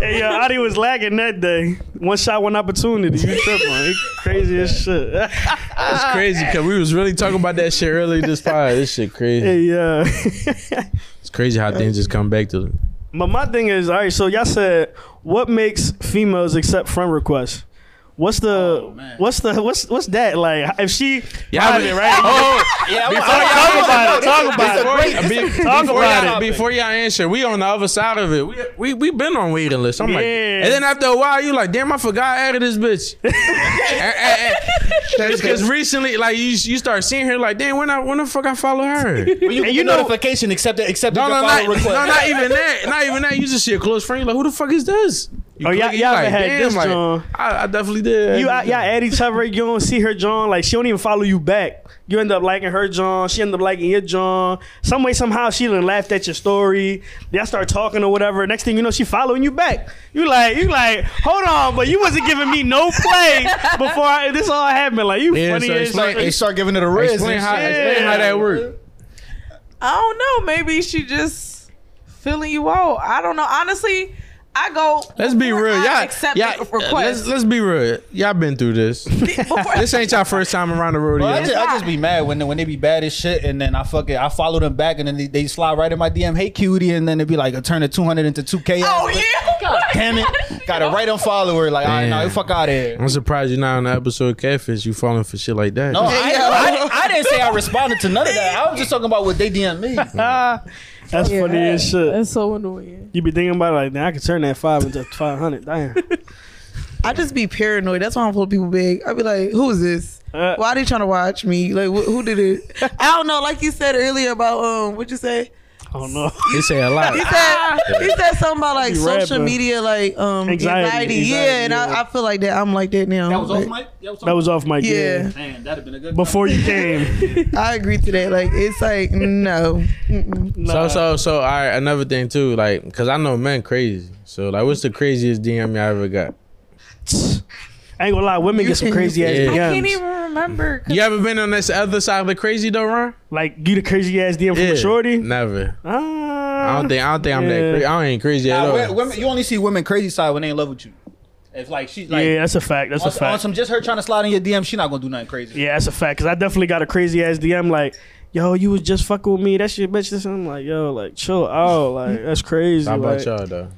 Hey, yo, Adi was lagging that day. One shot, one opportunity. You tripping? He crazy as shit.
That's crazy because we was really talking about that shit earlier this pod. This shit crazy.
hey, uh, yeah.
It's crazy how things just come back to.
but my thing is, all right. So y'all said, what makes females accept friend requests? What's the what's the what's what's that like? If she
Y'all
riding,
was-
right?
Oh,
Yeah, I'm-
Before
I'm-
y'all-
talk about it. Talk
This
about
is
it.
great. This is-
Be-
Talk
before
about
y'all,
it.
Before y'all answer, we on the other side of it. We we we been on waiting list. I'm like,
Yeah.
and then after a while, you like, damn, I forgot I added this bitch. Because recently, like you you start seeing her, like, damn, when I when the fuck I follow her?
When you,
And
get
you
the
know-
notification, accept accept
No,
your
no,
follow
not, no,
request.
not even that. Not even that. You just see a close friend. You're like, who the fuck is this? You
Oh,
click
y'all-
it, you
y'all ever had
"Damn,"
this joint?
I, I definitely did.
You out, y'all at each other. You don't see her John. Like she don't even follow you back. You end up liking her John. She end up liking your John. Some way somehow she done laughed at your story. Y'all start talking or whatever. Next thing you know, she following you back. You like you like hold on, but you wasn't giving me no play before I, this all happened. Like you
Yeah,
funny
so
as
explain-
They start giving it a risk.
explain how
shit.
explain how that worked.
I don't know. Maybe she just feeling you out. I don't know. Honestly, I go.
Let's be
before
real,
I
y'all.
Accept
y'all- uh,
the
let's,
request.
let's be real. Y'all been through this.
Before-
this ain't y'all first time around the rodeo.
I just, I just be mad when they, when they be bad as shit, and then I fuck it. I follow them back, and then they, they slide right in my DM. Hey, cutie, and then it be like I turn a two hundred into two k.
oh yeah.
damn it! Got a right unfollower. Like, all right, now
Damn.
fuck out of here.
I'm surprised you're not on the episode of Catfish. You falling for shit like that.
No, I, I, I didn't say I responded to none of that. I was just talking about what they DM me.
ah, that's funny as shit.
That's so annoying.
You be thinking about it like, now I could turn that five into five hundred. Damn.
I just be paranoid. That's why I don't follow people big. I be like, who is this?
Uh,
Why they trying to watch me? Like, wh- who did it? I don't know. Like you said earlier about um, what you say?
I don't know.
They say a lot.
He said he said something about like
You
social
rapping.
media, like um,
Anxiety,
anxiety.
anxiety,
yeah, and
yeah.
I, I feel like that. I'm like that now. Like,
That was off my
Yeah.
game
Man, that'd have been a good.
before you came.
I agree to that. Like, it's like no. Mm-mm.
Nah.
So so so. All right, another thing too. Like, cause I know men crazy. So like, what's the craziest DM I ever got?
I ain't gonna lie, women get some crazy ass
Yeah.
DMs.
I
Can't even remember. 'cause
You ever been on this other side of the crazy though, Ron?
Like you the crazy ass DM from a shorty.
Never.
Ah,
I don't think I don't think I'm
Yeah.
that crazy. I ain't crazy at
Nah,
all.
wo- women, you only see women crazy side when they in love with you. If like she like
yeah, that's a fact. That's
on,
a
on
fact.
some just her trying to slide in your DM, she not gonna do nothing crazy.
Yeah, that's a fact. Cause I definitely got a crazy ass DM like, yo, you was just fucking with me. That's your bitch. This and I'm like, yo, like chill out. Like that's crazy.
How about
like,
y'all though?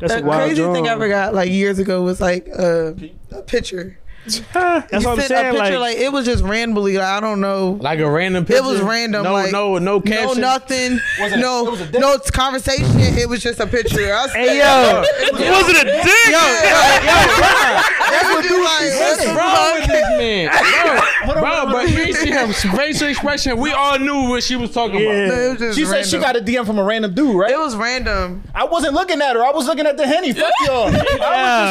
That's
The
a wild
craziest thing I
joint.
ever got like years ago was like uh, a picture.
That's
You
what I'm
sent
saying.
A picture,
Like,
like, it was just randomly. Like, I don't know.
Like a random picture.
was random,
No,
like,
no, no
No
caption.
nothing.
Was it a- it
no,
was a dick?
no it's conversation. It was just a picture. I was
hey yo, it wasn't a dick.
yo,
That's
what you like.
What's wrong with this man? Bro, bro but you ain't see her facial expression. We all knew what she was talking about.
Yeah.
It was just
She said she
random.
got a DM from a random dude, right?
It was random.
I wasn't looking at her. I was looking at the henny. Fuck y'all. I was just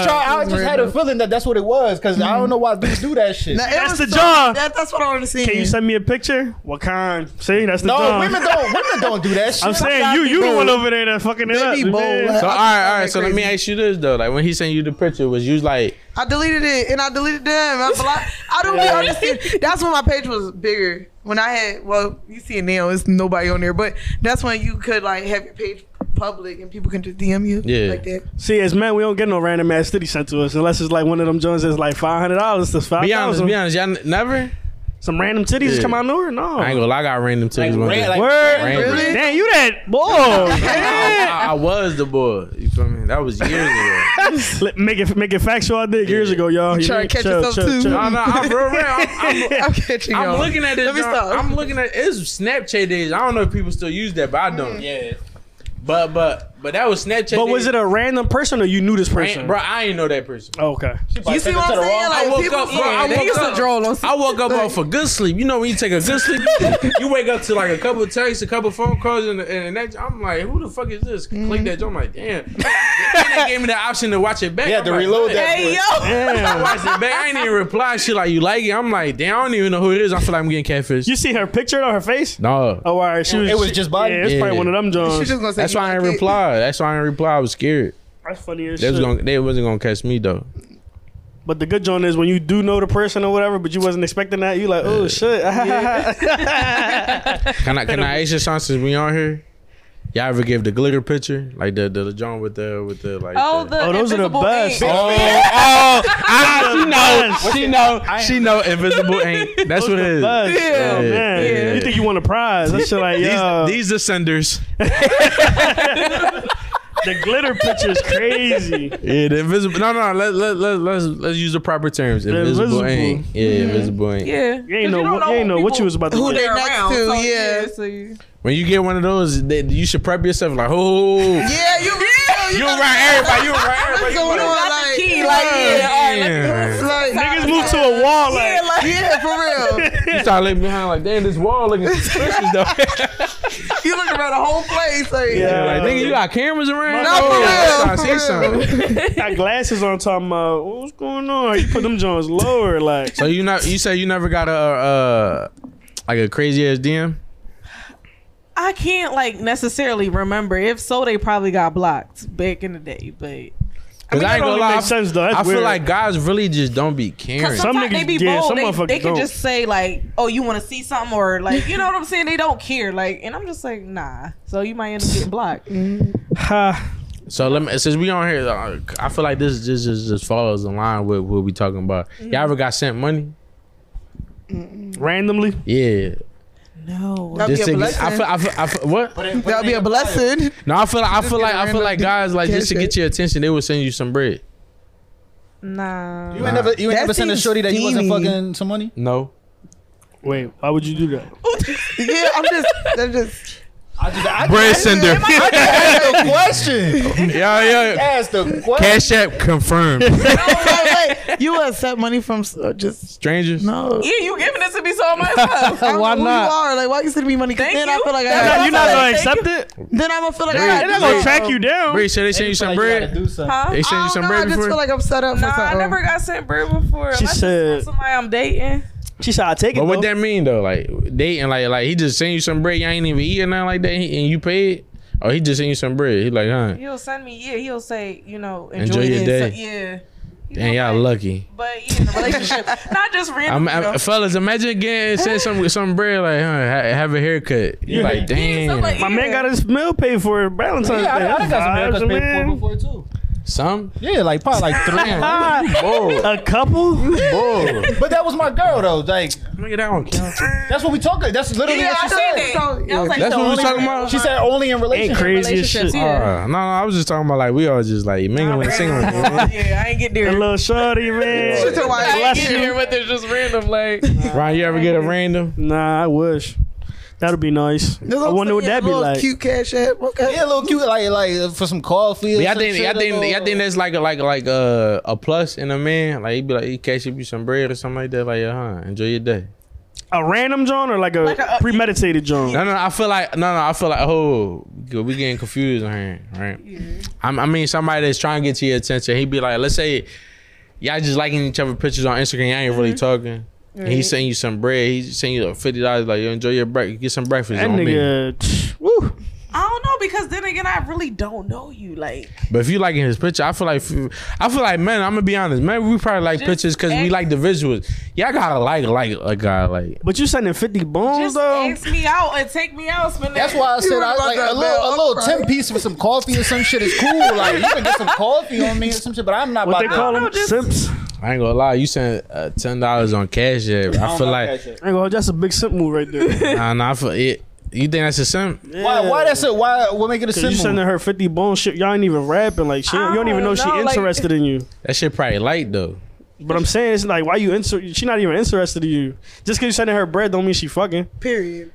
trying. I just had a feeling that that's what it was because I don't know why dudes do that shit.
Now, it
That's
was
the
so-
job.
That, that's what I want to see.
Can you send me a picture? What kind? See, that's the
No,
job.
women don't. Women don't do that shit.
I'm saying you, you the one over there that fucking it
They
up.
be bold.
man.
Like,
So all right, all right. So let me
Crazy.
ask you this though. Like when he sent you the picture, was you like,
I deleted it and I deleted them. I, blo- I don't really understand. That's when my page was bigger. When I had, well, you see it now, it's nobody on there, but that's when you could like have your page public and people can just DM you
Yeah.
like that.
See, as men, we don't get no random ass city sent to us unless it's like one of them joints that's like five hundred dollars to five
be honest,
thousand.
be honest, y'all n- never?
Some random titties
Yeah.
come out nowhere. No,
I ain't gonna lie, I got random tickets.
Like,
one
ran-
day.
like-
word.
Random.
Really?
Damn, you that boy.
I, I was the boy. You feel me? That was years ago.
Let- make it make it factual. I did years ago, y'all. You
trying
need-
to catch yourself too?
no, no, I'm real, real. I'm, I'm,
I'm catching
I'm
y'all.
looking at this.
Let me
dog.
stop.
I'm looking at it's Snapchat days. I don't know if people still use that, but I don't.
Yeah.
But but but that was Snapchat.
But was
days.
it a random person or you knew this
I
person?
ain't- bro? I ain't know that person.
Oh, okay.
You see what I'm saying? Like
I woke
people,
up, bro. I
yeah, they
woke
used
up.
to droll on.
I woke up off a good sleep. You know when you take a good sleep, you wake up to like a couple texts, a couple phone calls, and, and the next I'm like, who the fuck is this? Click that. joint. I'm like, damn. and they gave me the option to watch it back.
Yeah,
I'm
to
like,
reload
man.
that.
Hey
shit.
yo.
I
Damn.
watched it back. I ain't even reply. She like, you like it? I'm like, damn. I don't even know who it is. I feel like I'm getting catfish.
you see her picture on her face?
no.
Oh, all right. She was.
It was just body?
Yeah, it's probably
Yeah.
one of them
She
joints.
just gonna say
That's
you
why I
like
ain't
it.
reply. That's why I ain't reply. I was scared.
That's funny as
They
shit.
was gonna, they wasn't gonna catch me though.
But the good joint is when you do know the person or whatever, but you wasn't expecting that. You like, oh shit.
Can I can I ask you something since we on here? Y'all ever give the glitter picture like the the, joint with the with the like?
Oh, the
Oh, those are the
invisible
best.
ink.
oh, oh,
That's the
I,
best.
she know she know she know invisible ink. That's what it is.
Buzz.
Yeah,
Man,
yeah.
you think you won a prize? That shit like, yo,
These, these the senders.
the glitter picture's crazy.
Yeah, the invisible. No, no. Let let let let's let's use the proper terms. Invisible,
invisible.
ink. Yeah, invisible ink.
Yeah.
Oh, You ain't know,
don't
what, you ain't know what you
people-
was about to
who
do.
they next
around,
to,
so,
yeah.
so you-
When you get one of those, they, you should prep yourself. Like, oh,
Yeah, you. Yeah,
you around everybody. You around everybody. You
going
around-
on
got the
like,
key, like, yeah, all right,
Damn.
like,
Niggas moved to a wall like,
yeah, for real.
You start looking behind like, damn, this wall looking suspicious though.
you looking around the whole place. Like,
Yeah.
Like, nigga, you got cameras around?
Not for
Oh, I
real,
see
for
something.
real.
Got glasses on, talking about what's going on. You put them joints lower, like
So you not you say you never got a uh like a crazy ass DM?
I can't like necessarily remember. If so, they probably got blocked back in the day. But
Because
that
I, ain't gonna
only
lie,
makes sense, though. That's
I feel
weird.
like guys really just don't be caring.
because
Some
sometimes
niggas-
they be
yeah,
bold.
some
they
motherfuckers
they can
don't.
just say like, "Oh, you want to see something?" or like, you know what I'm saying? They don't care. Like, and I'm just like, nah. So you might end up getting blocked.
ha.
So let me since we on here, uh, I feel like this just just, just follows in line with what we talking about.
Mm-hmm.
Y'all ever got sent money?
randomly.
Yeah,
No.
That'd
just
be a
to get, I
blessing.
feel, I feel, I feel, what?
That'd be a blessing.
No, I feel like I feel
get
like I feel
random
like guys like just to
cash
get your attention, they would send you some bread.
Nah.
You ain't never, you ain't
That
never sent a
seems
shorty that you wasn't
steamy.
fucking some money.
No,
Wait, why would you do that?
Yeah, I'm just, I'm just.
I just, I
bread sender.
asked the question.
yeah, yeah.
Ask the question.
Cash app confirmed.
Wait, wait, you accept money from s- uh, just
Strangers.
no.
Yeah, you giving this to me so I might as
I
well.
don't
Why
know who
not?
You are like why you sending me money? 'Cause
Thank
then I
you.
feel like I,
That's
Nah,
gotta-
you're not
That's
gonna
like-
accept it.
then I'm gonna feel like I
They're
gotta
They're not
do
gonna
it.
track you down.
Bree, should they send you some bread?
Huh?
They send
I
you
don't
some
know. I
bread
just feel
before.
like I'm set up for
Nah, I
something.
um,
never got sent bread before.
She
Unless it's
said-
from somebody I'm dating.
She said, "I take it."
But what
though."
that mean though? Like dating, like like he just send you some bread, you ain't even eating nothing like that, and you paid, or he just send you some bread. He like, huh?
He'll send me, yeah, he'll say, you know,
Enjoy
enjoy,
your
this.
day.
So, yeah. You
Damn,
know,
y'all
like,
lucky.
But yeah, in a relationship. not just
I'm,
random. you know.
I'm, fellas, imagine getting sent some with some bread, like, huh? ha- Have a haircut. You like,
Yeah, so,
damn,
like,
My man
yeah.
got his meal paid for Valentine's
Yeah, I,
Day.
I done got some
That's
haircuts
vibes,
paid for
man.
before too.
some.
Yeah, like probably like three.
Bull,
A couple?
bull.
but that was my girl though. Like
Look at that one.
that's what we talking. That's literally
Yeah, I
what she
thought
said.
so. Yeah.
like,
That's
the
what we
only-
talking about.
She said only in
Ain't
relationships.
crazy as shit.
Uh, no, no, I was just talking about like we all just like mingling, singling. you know?
yeah, I ain't get
Uh, A
there.
little shorty, man.
She told my-
Bless
Yeah,
you.
but there's just random, like.
Ryan, you ever get a random?
Nah, I wish. That'd be nice.
That's
I
I'm
wonder what
saying,
that'd be
little
like.
Cute cash app. Okay.
Yeah, a little cute, like like for some coffee. or
Yeah, I
some
think
shit,
I
a
think I
little-
think that's like a like like a a plus in a man. Like he'd be like he cash up you some bread or something like that. Like yeah, huh? Enjoy your day.
A random John or like a,
Like
uh,
a-
premeditated John?
No, no, I feel like no, no, I feel like oh, we getting confused on here, right? I'm, I mean, somebody that's trying to get to your attention, he'd be like, let's say y'all just liking each other pictures on Instagram, y'all ain't really
Mm-hmm.
talking. And he send you some bread. He send you fifty dollars. Like you enjoy your break, get some breakfast.
That
on me.
nigga, tch, woo.
I don't know because then again, I really don't know you. Like,
But if you liking his picture, I feel like I feel like man, I'm gonna be honest, man. We probably like
Just
pictures because we
ask-
like the visuals. Y'all gotta like like a guy like.
But you sending 50 bones,
just
though?
ask me out and take me out. Spend
That's why I said I
remember
like
that
a
bell,
little a
I'm
little
crying.
ten piece for some coffee or some shit is cool. Like you can get some coffee on me or some shit, but I'm not
What they
about to.
call
know,
them?
just-
Simps? I ain't
I ain't gonna lie, you sent uh, ten dollars on Cash App. I,
Oh,
feel like
gonna hold you, that's a big simp move right there.
nah, nah, I feel it. You think that's a simp?
why why that's a why what make it a
Cause you
symbol?
sending her 50 bones shit. Y'all ain't even rapping. Like, she, you don't even know,
I don't
she
know, like-
interested in you.
That shit probably light though.
But I'm saying, it's like, why you inter- She not even interested in you. Just cause you sending her bread don't mean she fucking.
Period.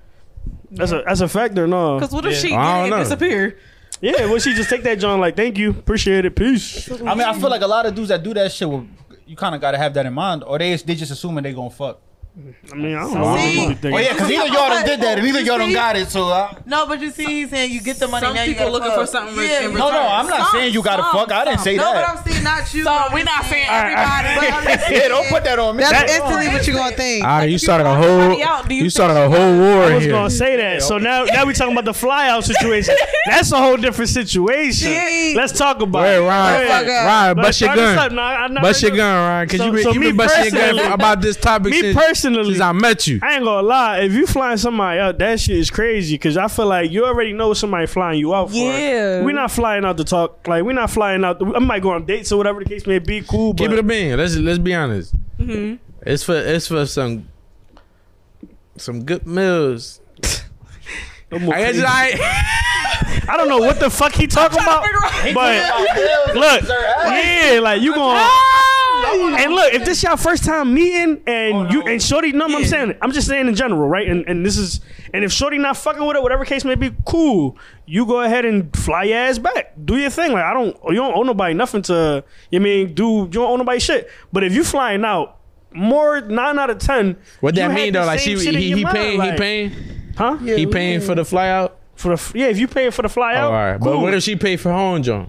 That's a that's a factor, no.
Because what if
I
she
don't
get it
know.
and disappear?
Yeah, well, she just take that John like, thank you, appreciate it, peace.
I mean, I feel like a lot of dudes that do that shit will you kind of got to have that in mind, or they they just assuming they gonna fuck.
I mean, I don't know. I don't really think-
Oh yeah, because either y'all done did that, and either y'all done got it. So I,
No, but you see, he's saying you get the money.
Some
now you
people
gotta
looking
fuck.
for something
Yeah,
in
you-
no, no, I'm not saying you gotta fuck. I didn't say
No, but
that.
I'm saying not you.
So we're not saying everybody.
But I'm just
yeah, don't
saying-
put that on me.
That's
That-
instantly what you're gonna think.
Ah, you
if you
started a
lock
whole
somebody out, do you
you
think
started a whole war
I
in
was
here.
gonna say that. So now, now we talking about the flyout situation. That's a whole different situation.
Shit.
Let's talk about
Wait,
it.
Ryan,
fuck up.
Ryan,
But
bust your
start this up.
gun,
Nah, I'm not
bust your
ready.
gun, Ryan, because
So-
you been,
so
you
me
been busting your
personally-
gun about this topic
Me
since,
personally-
since I met you.
I ain't gonna lie. If you flying somebody out, that shit is crazy. Cause I feel like you already know somebody flying you out. For.
Yeah.
we not flying out to talk. Like we not flying out. To, I might go on dates or whatever the case may be. Cool, but
Keep it a bean. Let's let's be honest. Mm-hmm. It's for it's for some some good meals.
I'm more
I guess
crazy.
I ain't-
I don't know what the fuck he talking about. But look, yeah, like you going. And look, if this y'all first time meeting and you and Shorty, no, I'm saying, I'm just saying in general, right? And and this is, and if Shorty not fucking with it, whatever case may be, cool. You go ahead and fly your ass back, do your thing. Like I don't, you don't owe nobody nothing to. You mean do you don't owe nobody shit? But if you flying out, more nine out of ten.
What
you
that
had
mean
the
though? Like she
same shit in
he,
your
he
mind,
paying
like,
he paying
huh?
he paying for the fly out.
For the f- yeah, if you pay for the fly out,
Oh, all right, but
cool.
what if she paid for her own junk?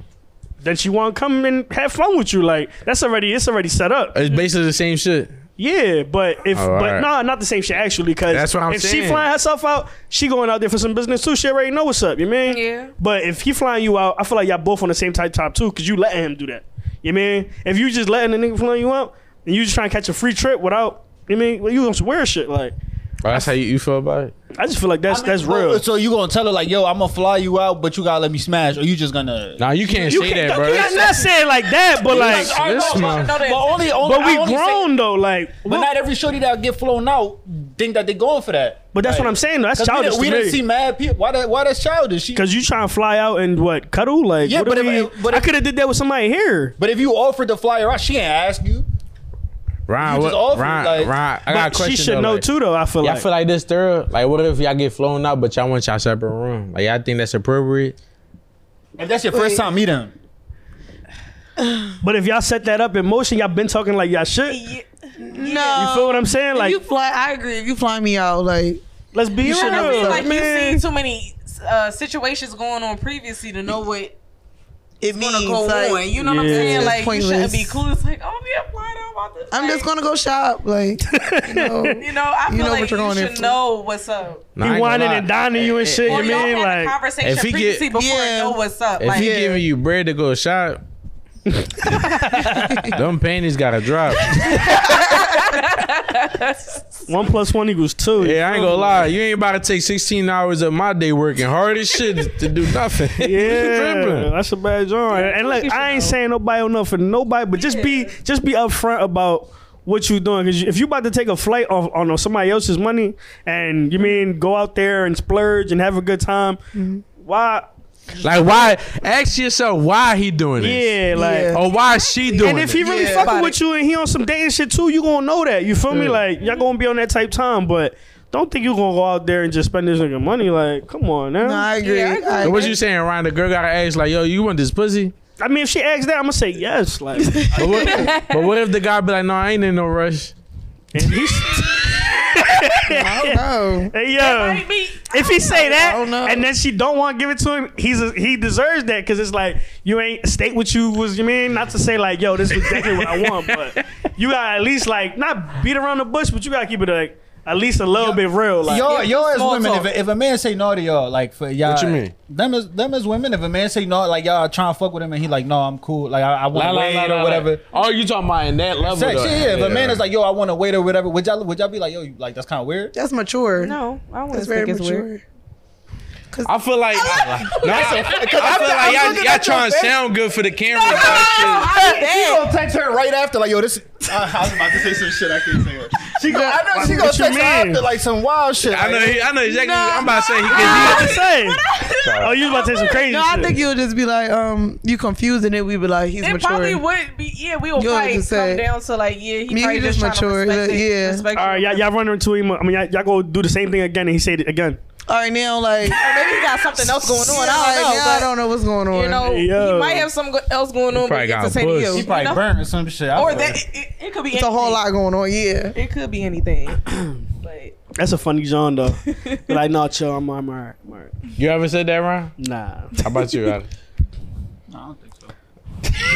then she want to come and have fun with you. Like that's already it's already set up.
It's basically the same shit.
Yeah, but if
All
but
right.
nah, not the same shit actually. Cause
That's what I'm
if she
saying.
flying herself out, she going out there for some business too. She already know what's up. You mean?
Yeah.
But if he flying you out, I feel like y'all both on the same type top too. Cause you letting him do that. You mean? If you just letting the nigga fly you out, and you just trying to catch a free trip without. You mean? Well, you on some weird shit. Like
Oh, that's how you, you feel about it.
I just feel like that's
I mean,
that's
well,
real.
So you gonna tell her like, yo, I'm gonna fly you out, but you gotta let me smash, or you just gonna?
Nah, you can't
You
say
can't-
that, bro.
you not, not saying like that, but like,
All right,
This
well,
man.
but only, only,
but we
I only say-
grown though. Like,
but not every shorty that get flown out think that they going for that.
But that's
Like,
what I'm saying. Though. That's
'cause we
childish.
didn't- We
to
didn't
me.
see mad people. Why that? Why that's childish? She,
Cause you trying to fly out and what cuddle like?
Yeah,
what
but
do
if-
we-
but
I
if-
could have did that with somebody here.
but if you offered to fly her out, she ain't ask you.
Ryan,
you
what,
just offered,
Ryan,
like-
Ryan, I got a
But
question.
she should
though,
know
like,
too, though. I feel
Y'all
like.
feel like this thorough? Like, what if y'all get flown out, but y'all want y'all separate room? Like, y'all think that's appropriate?
If that's your first time meeting him,
but if y'all set that up in motion, y'all been talking like y'all should.
No.
You feel what I'm saying? Like,
you fly, I agree. If you fly me out, like
let's be real,
should know what's up.
like you've
man.
seen too many uh, situations going on previously to know what
it
going
means
to go
like,
on. You know what I'm
Yeah. It's
saying? Like
pointless.
you shouldn't be clueless. Like oh yeah, why not about this?
I'm
Like,
just gonna go shop. Like you know,
You know, I
You
feel
know what
like
you're going
you
in
should
for.
know what's up.
Nah, I ain't
He
gonna
whining
lie.
and dining you and shit.
Or
You
y'all had
mean
a
like?
conversation
If he get-
previously before
Yeah.
you know what's up.
If
like,
he giving you bread to go shop, them panties gotta drop.
One plus one equals two.
Yeah, I ain't gonna lie. You ain't about to take 16 hours of my day working hard as shit to do nothing. you
Yeah,
tripping.
that's a bad joint. And look, I ain't saying nobody or nothing for nobody, but just be just be upfront about what you doing. Because if you about to take a flight off on somebody else's money, and you mean go out there and splurge and have a good time, why?
Like, why? Ask yourself why he doing this.
Yeah, like.
Yeah.
Or why is she doing
And if he
this?
really
Yeah.
fucking with you and he on some dating shit too, you gonna know that. You feel me? Like y'all gonna be on that type time, but don't think you gonna go out there and just spend this nigga money. Like, come on now.
no, I agree.
Yeah, I agree.
I
And
agree.
what you saying, Ryan? The girl gotta ask, like, yo, you want this pussy?
I mean, if she asks that, I'm gonna say yes. Like,
But what, but what if the guy be like, no, I ain't in no rush?
and he's-
I don't know.
Hey yo, if he say that,
don't know.
and then she don't want to give it to him, he's a, he deserves that because it's like you ain't state what you was you mean. Not to say like yo, this is exactly what I want, but you gotta at least like not beat around the bush, but you gotta keep it like at least a little bit real. Like,
y'all, y'all as
small
women, if,
talk.
a- if a man say no to y'all, like for y'all,
What you mean?
Them as them as women, if a man say no, like y'all trying to fuck with him, and he like, no, I'm cool, like I, I want to wait or whatever.
Oh, you talking about in that level?
Sex,
though.
yeah, yeah. If a man is like, yo, I want to wait or whatever, would y'all would y'all be like, yo, you, like that's kind of weird?
That's mature.
No, I
that's
wouldn't
very
think it's
mature.
weird.
I feel like no, I feel- I feel
I'm
like y'all,
looking
y'all
at your
trying to
face.
sound good for the camera.
Oh,
type shit.
She gonna text her right after, like, yo, this. I, I was about to say some shit I can't say. She go, I know she gonna
What
text
you
her
mean?
after, like, some wild shit.
I know,
Like,
he, I know exactly. what I'm about to say he
What
can
to say? oh, you about to say some crazy?
No,
shit.
I think you'll just be like, um, you confused, and then we be like, he's
it
mature.
probably would be. Yeah, we will
You know what
probably
you
come
say.
down to like yeah, he
Me,
probably
he just
just
mature,
trying to respect
yeah,
it,
yeah.
Respect
All right, y'all, y'all running into him. I mean, y'all, y'all go do the same thing again, and he said it again.
All right, now like,
Or maybe he got something else going on. I
like,
don't know.
now I
but-
don't know what's going on.
You know,
Yo.
he might have something go- else going on, but
probably got
it's to say to
pussed.
you.
He probably
you know?
burnt or some shit. I
Or
don't know.
that it, it, it could be
it's a
anything.
whole lot going on. Yeah,
It could be anything. but
That's a funny genre, though. like, no, chill, I'm, I'm all right, I'm all right.
do. You ever said that, Ryan?
Nah.
How about you, Alex?
No, I don't think so.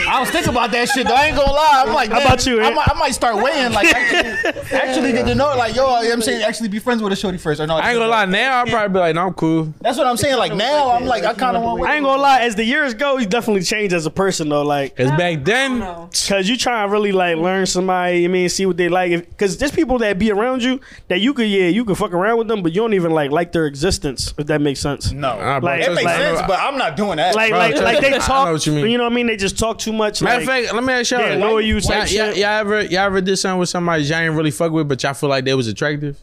I was thinking about that shit. though. I ain't gonna lie. I'm like,
How about
damn,
you,
eh?
I
Ant?
might, I might start waiting. Like, actually, actually get to know. Like, yo, I'm saying, actually be friends with a shorty first. Or no,
I ain't gonna lie. Now I'll probably be like, no, I'm cool.
That's what I'm saying. Like now, I'm like, I kind of want.
I ain't gonna lie, as the years go, you definitely changed as a person though. Like,
Cause back then,
no.
cause you try to really like learn somebody, I mean, see what they like. If, Cause there's people that be around you that you could, yeah, you could fuck around with them, but you don't even like like their existence. If that makes sense.
No,
Nah, bro,
Like-
trust me,
it makes
like-
I know-
sense, but I'm not doing that.
Like,
Bro,
like,
trust-
like they
I know
talk.
what you
you,
mean.
know what I mean? They just talk too much.
Mm. Matter
Like,
of fact, let me ask y'all.
yeah, lower you
y'all,
type
y'all,
shit.
y'all ever y'all ever did something with somebody y'all ain't really fuck with, but y'all feel like they was attractive?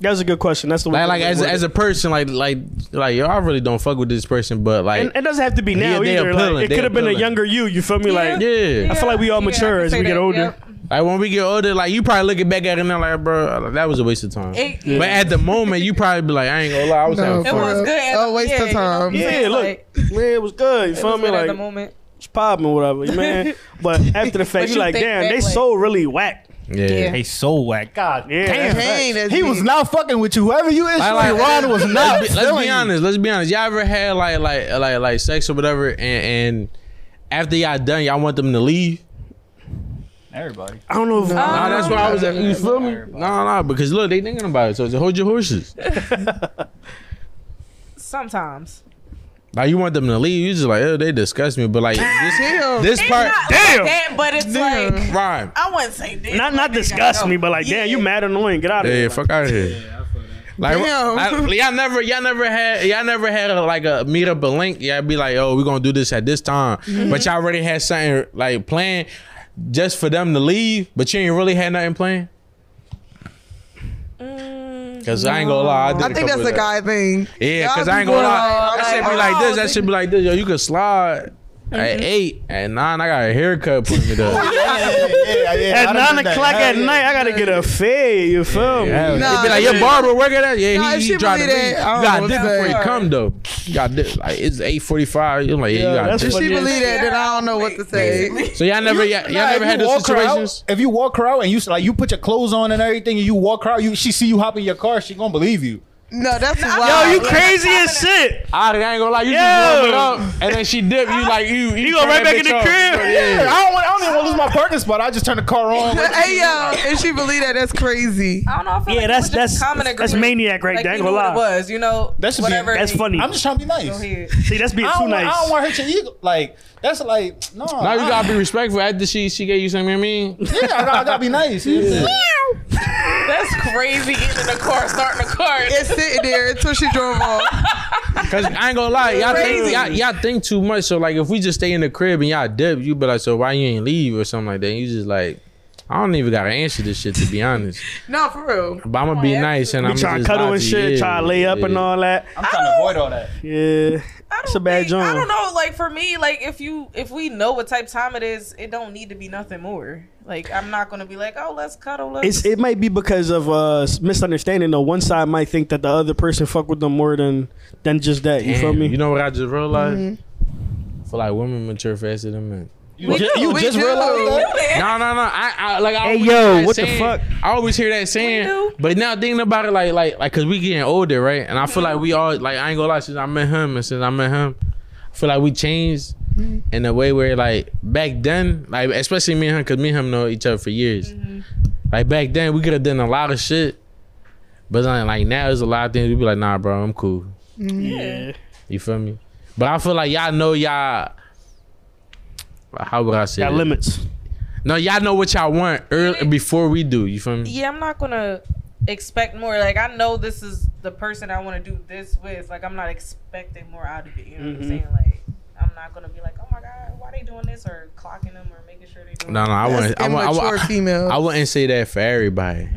that was a good question. That's the way.
Like like as as a person, like like like yo, I really don't fuck with this person, but like
and it doesn't have to be
Yeah,
now
they
either.
appealing,
Like, it
they
could have been a
appealing.
younger you. You feel me? Like,
yeah.
I feel like we all
Yeah, I
mature
can
as
say
we get
that,
older.
yep.
Like when we get older, like you probably looking back at it now, like bro, that was a waste of time.
It-
But at the moment, you probably be like, I ain't gonna lie, I was
no,
having
for
fun.
was
real.
good at
Oh,
the-
waste
yeah,
of
you know.
time.
Yeah, look,
Like-
man, it was good. You feel
That's
me?
good at
Like,
the moment.
it's popping, whatever, man. but after the fact,
But
you
you
like,
think
damn,
back,
they
like-
so really whack.
Yeah.
They so whack.
God
Yeah,
damn.
that's
Kane,
facts.
that's
He
big.
was not fucking with you. Whoever you is,
Like, like,
Ron was not.
Let's be, let's
feeling
be
you.
honest. Let's be honest. Y'all ever had like like like like sex or whatever, and, and after y'all done, y'all want them to leave?
Everybody.
I don't know if
Nah, that's why I was. At, you feel me? No, nah, nah, because look, they thinking about it. So, so hold your horses.
Sometimes.
Like you want them to leave, you just like, oh, they disgust me. But like this, this
It's
part,
not
Damn.
like that, but it's like
rhyme.
I wouldn't say this.
not not disgust me, but like, damn, you mad annoying. Get out of
Yeah,
here.
fuck out of here. Like
Damn.
I- y'all never y'all never had y'all never had a, like a meet up a link. Y'all be like, oh, we're gonna do this at this time.
Mm-hmm.
But y'all already had something like planned just for them to leave, but you ain't really had nothing planned. Cause I ain't gonna lie, I, did
Mm, I think that's a
guy.
guy thing.
Yeah,
Y'all
cause
be
I ain't gonna
going
lie.
like,
That should be
oh, Mm-hmm.
like this. That
they-
should be like this. Yo, you can slide at eight, at nine. I got a haircut putting it up.
Yeah, yeah, yeah. I
At
done done
nine
that.
o'clock
Hell
at
yeah.
night, I gotta get a fade. You feel me?
Yeah,
Nah,
they be like, your
yeah.
barber work at that? Yeah,
Nah, if
he,
she
he tried to
believe
leave.
that,
You
I don't
got
know
this
what to
before you
say.
come though. You got this. Like it's eight forty five. You're like, yeah,
Yeah,
you got
that's
this.
If she
Yeah.
believe that, then I don't know what to say.
So y'all never, y'all, y'all
Nah,
never
if
had
you
those
walk her out-
situations.
If you walk her out and you like you put your clothes on and everything and you walk her out, you she see you hop in your car, she gonna believe you.
No, that's
Yo,
wild.
you crazy as shit.
Ah, I, I ain't gonna lie, you
Yeah.
just rub it up, and then she dip. You like you, you,
You go
turn that
right back in
bitch
the
off.
crib.
Yeah, I don't want. I don't even want to lose my parking spot. I just turn the car on.
Hey yo, if she believe that, that's crazy.
I don't know. I feel
Yeah,
like it
that's
was just
that's
common
that's
agreement.
maniac right
Like,
there. I
you
ain't
knew
gonna
what it
lie.
was, you know,
That should be-
whatever.
That's
it is.
funny.
I'm just trying to be nice.
Go ahead.
See, that's being
I
too
don't, want, I
nice.
don't want to hurt your ego. Like that's like no.
No,
I-
you gotta be respectful. After she, she gave you something. I mean,
yeah, I gotta, I gotta be nice. You know what I'm saying?
That's crazy. Getting in the car, starting the car.
It's sitting there until she drove off.
Cause I ain't gonna lie, y'all think
Crazy.
y'all, y'all think too much. So like, if we just stay in the crib and y'all dip, you be like, so why you ain't leave or something like that? you just like, I don't even gotta answer this shit to be honest.
No, for real.
But I'm gonna be nice and
We
I'm
trying to
just
cuddle
lie
and
to
shit,
you.
try to lay up and
Yeah.
all that.
I'm trying to avoid all that.
Yeah,
I
it's a
don't
bad
think-
joint.
I don't know. Like for me, like if you if we know what type time it is, it don't need to be nothing more. Like I'm not gonna be like, oh, let's cuddle. Let's.
It's it might be because of uh s- misunderstanding though. One side might think that the other person fuck with them more than than just that. You
Damn,
feel me?
You know what I just realized? For like women mature faster than men.
You, ju- you
we
just
do.
realized that?
No, no, no. I, I like. I
Hey,
always
yo,
hear that
what the
saying-
fuck?
I always hear that saying.
do.
But now thinking about it, like, like, like, cause we getting older, right? And I feel like we all, like, I ain't gonna lie. Since I met him, and since I met him, I feel like we changed in a way where, like, back then, like, especially me and him, cause me and him know each other for years. Like back then, we could have done a lot of shit. But like, like now, there's a lot of things we be like, nah, bro, I'm cool.
yeah.
You feel me? But I feel like y'all know y'all. How would I say?
Got
this?
limits.
No, y'all know what y'all want early before we do. You feel me?
yeah, I'm not gonna expect more. Like I know this is the person I want to do this with. Like I'm not expecting more out of it. You know
Mm-hmm.
what I'm saying? Like I'm not gonna be like, oh my god, why they doing this or clocking them or making sure they doing.
No, no, I
That's
wouldn't. I, wouldn't- I,
immature
wouldn't-
female. Mm-hmm.
I wouldn't say that for everybody.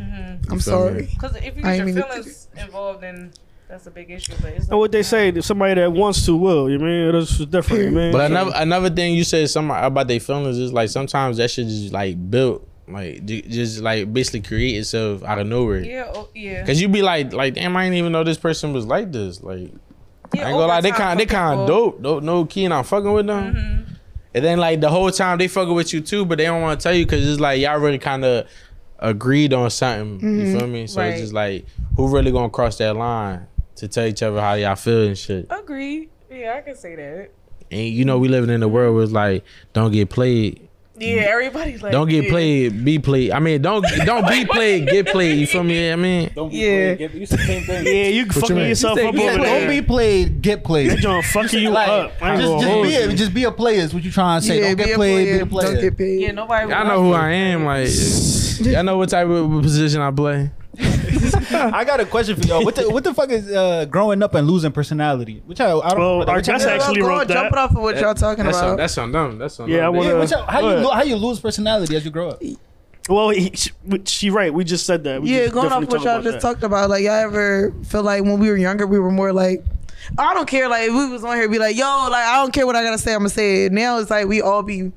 I'm sorry.
Because if you
I
get your
ain't mean to-
feelings involved, then that's a big issue. But it's
And
like,
what they say, that somebody that wants to will. You mean that's different, you mean?
But another another thing you said some about their feelings is like sometimes that shit just like built, like ju- just like basically create itself out of nowhere.
yeah, oh, yeah.
Cause you be like, like damn, I didn't even know this person was like this. Like
yeah
I ain't gonna lie, they kind,
overtime
they
for
kind
people. Mm-hmm.
of dope. Dope, no key, and I'm fucking with them. And then like the whole time they fucking with you too, but they don't want to tell you because it's like y'all really kind of agreed on something. You feel me? So
Mm-hmm. Right.
it's just like who really gonna cross that line to tell each other how y'all feel and shit.
Agree. Yeah, I can say that.
And you know we living in a world where it's like don't get played,
Mm.
Yeah, everybody's like,
don't get
yeah.
played, be played. I mean don't don't be played, get played. You feel me? I mean
Don't be
Yeah.
played. You said the same thing.
yeah,
you
you fucking
mean?
yourself
You
up
Yeah,
over
don't
there.
be played, get played.
That joint fucking you
Like,
up. I ain't
just,
gonna
just
hold
be
you.
a, just be a player. Is what you trying to say?
Yeah,
don't
be
get
a
played,
player.
be a player.
Don't get paid.
Yeah, nobody.
I know who I am. Like y'all know what type of position I play.
I got a question for y'all. What the, what the fuck is uh, growing up and losing personality? Which I, I don't.
Well,
which
our
I-
guest
which I-
actually
Go
wrote
on,
that.
Jumping off of what y'all talking
That's on,
about.
that's on them. That's on
Yeah, I
them.
wanna-
Yeah, which I- how
Go
you
ahead.
lo- how you lose personality as you grow up?
Well, he, she, we- she right. We just said that. We
yeah,
just
going off
definitely
what y'all
talked
just
about
talked about, like y'all ever feel like when we were younger, we were more like, I don't care. Like if we was on here, be like, yo, like I don't care what I gotta say, I'm gonna say it. Now it's like we all be,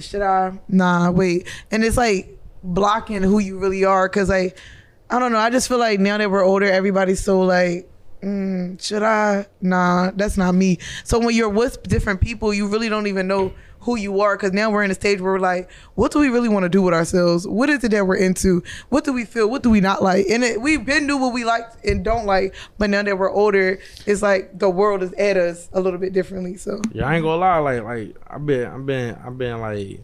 should I? Nah, wait. And it's like blocking who you really are, cause like I don't know. I just feel like now that we're older, everybody's so like. Mm, should I? Nah, that's not me. So when you're with different people, you really don't even know who you are because now we're in a stage where we're like, what do we really want to do with ourselves? What is it that we're into? What do we feel? What do we not like? And it, we've been knew what we liked and don't like, but now that we're older, it's like the world is at us a little bit differently. So
Yeah, I ain't gonna lie. Like, like I've been, I've been, I've been like.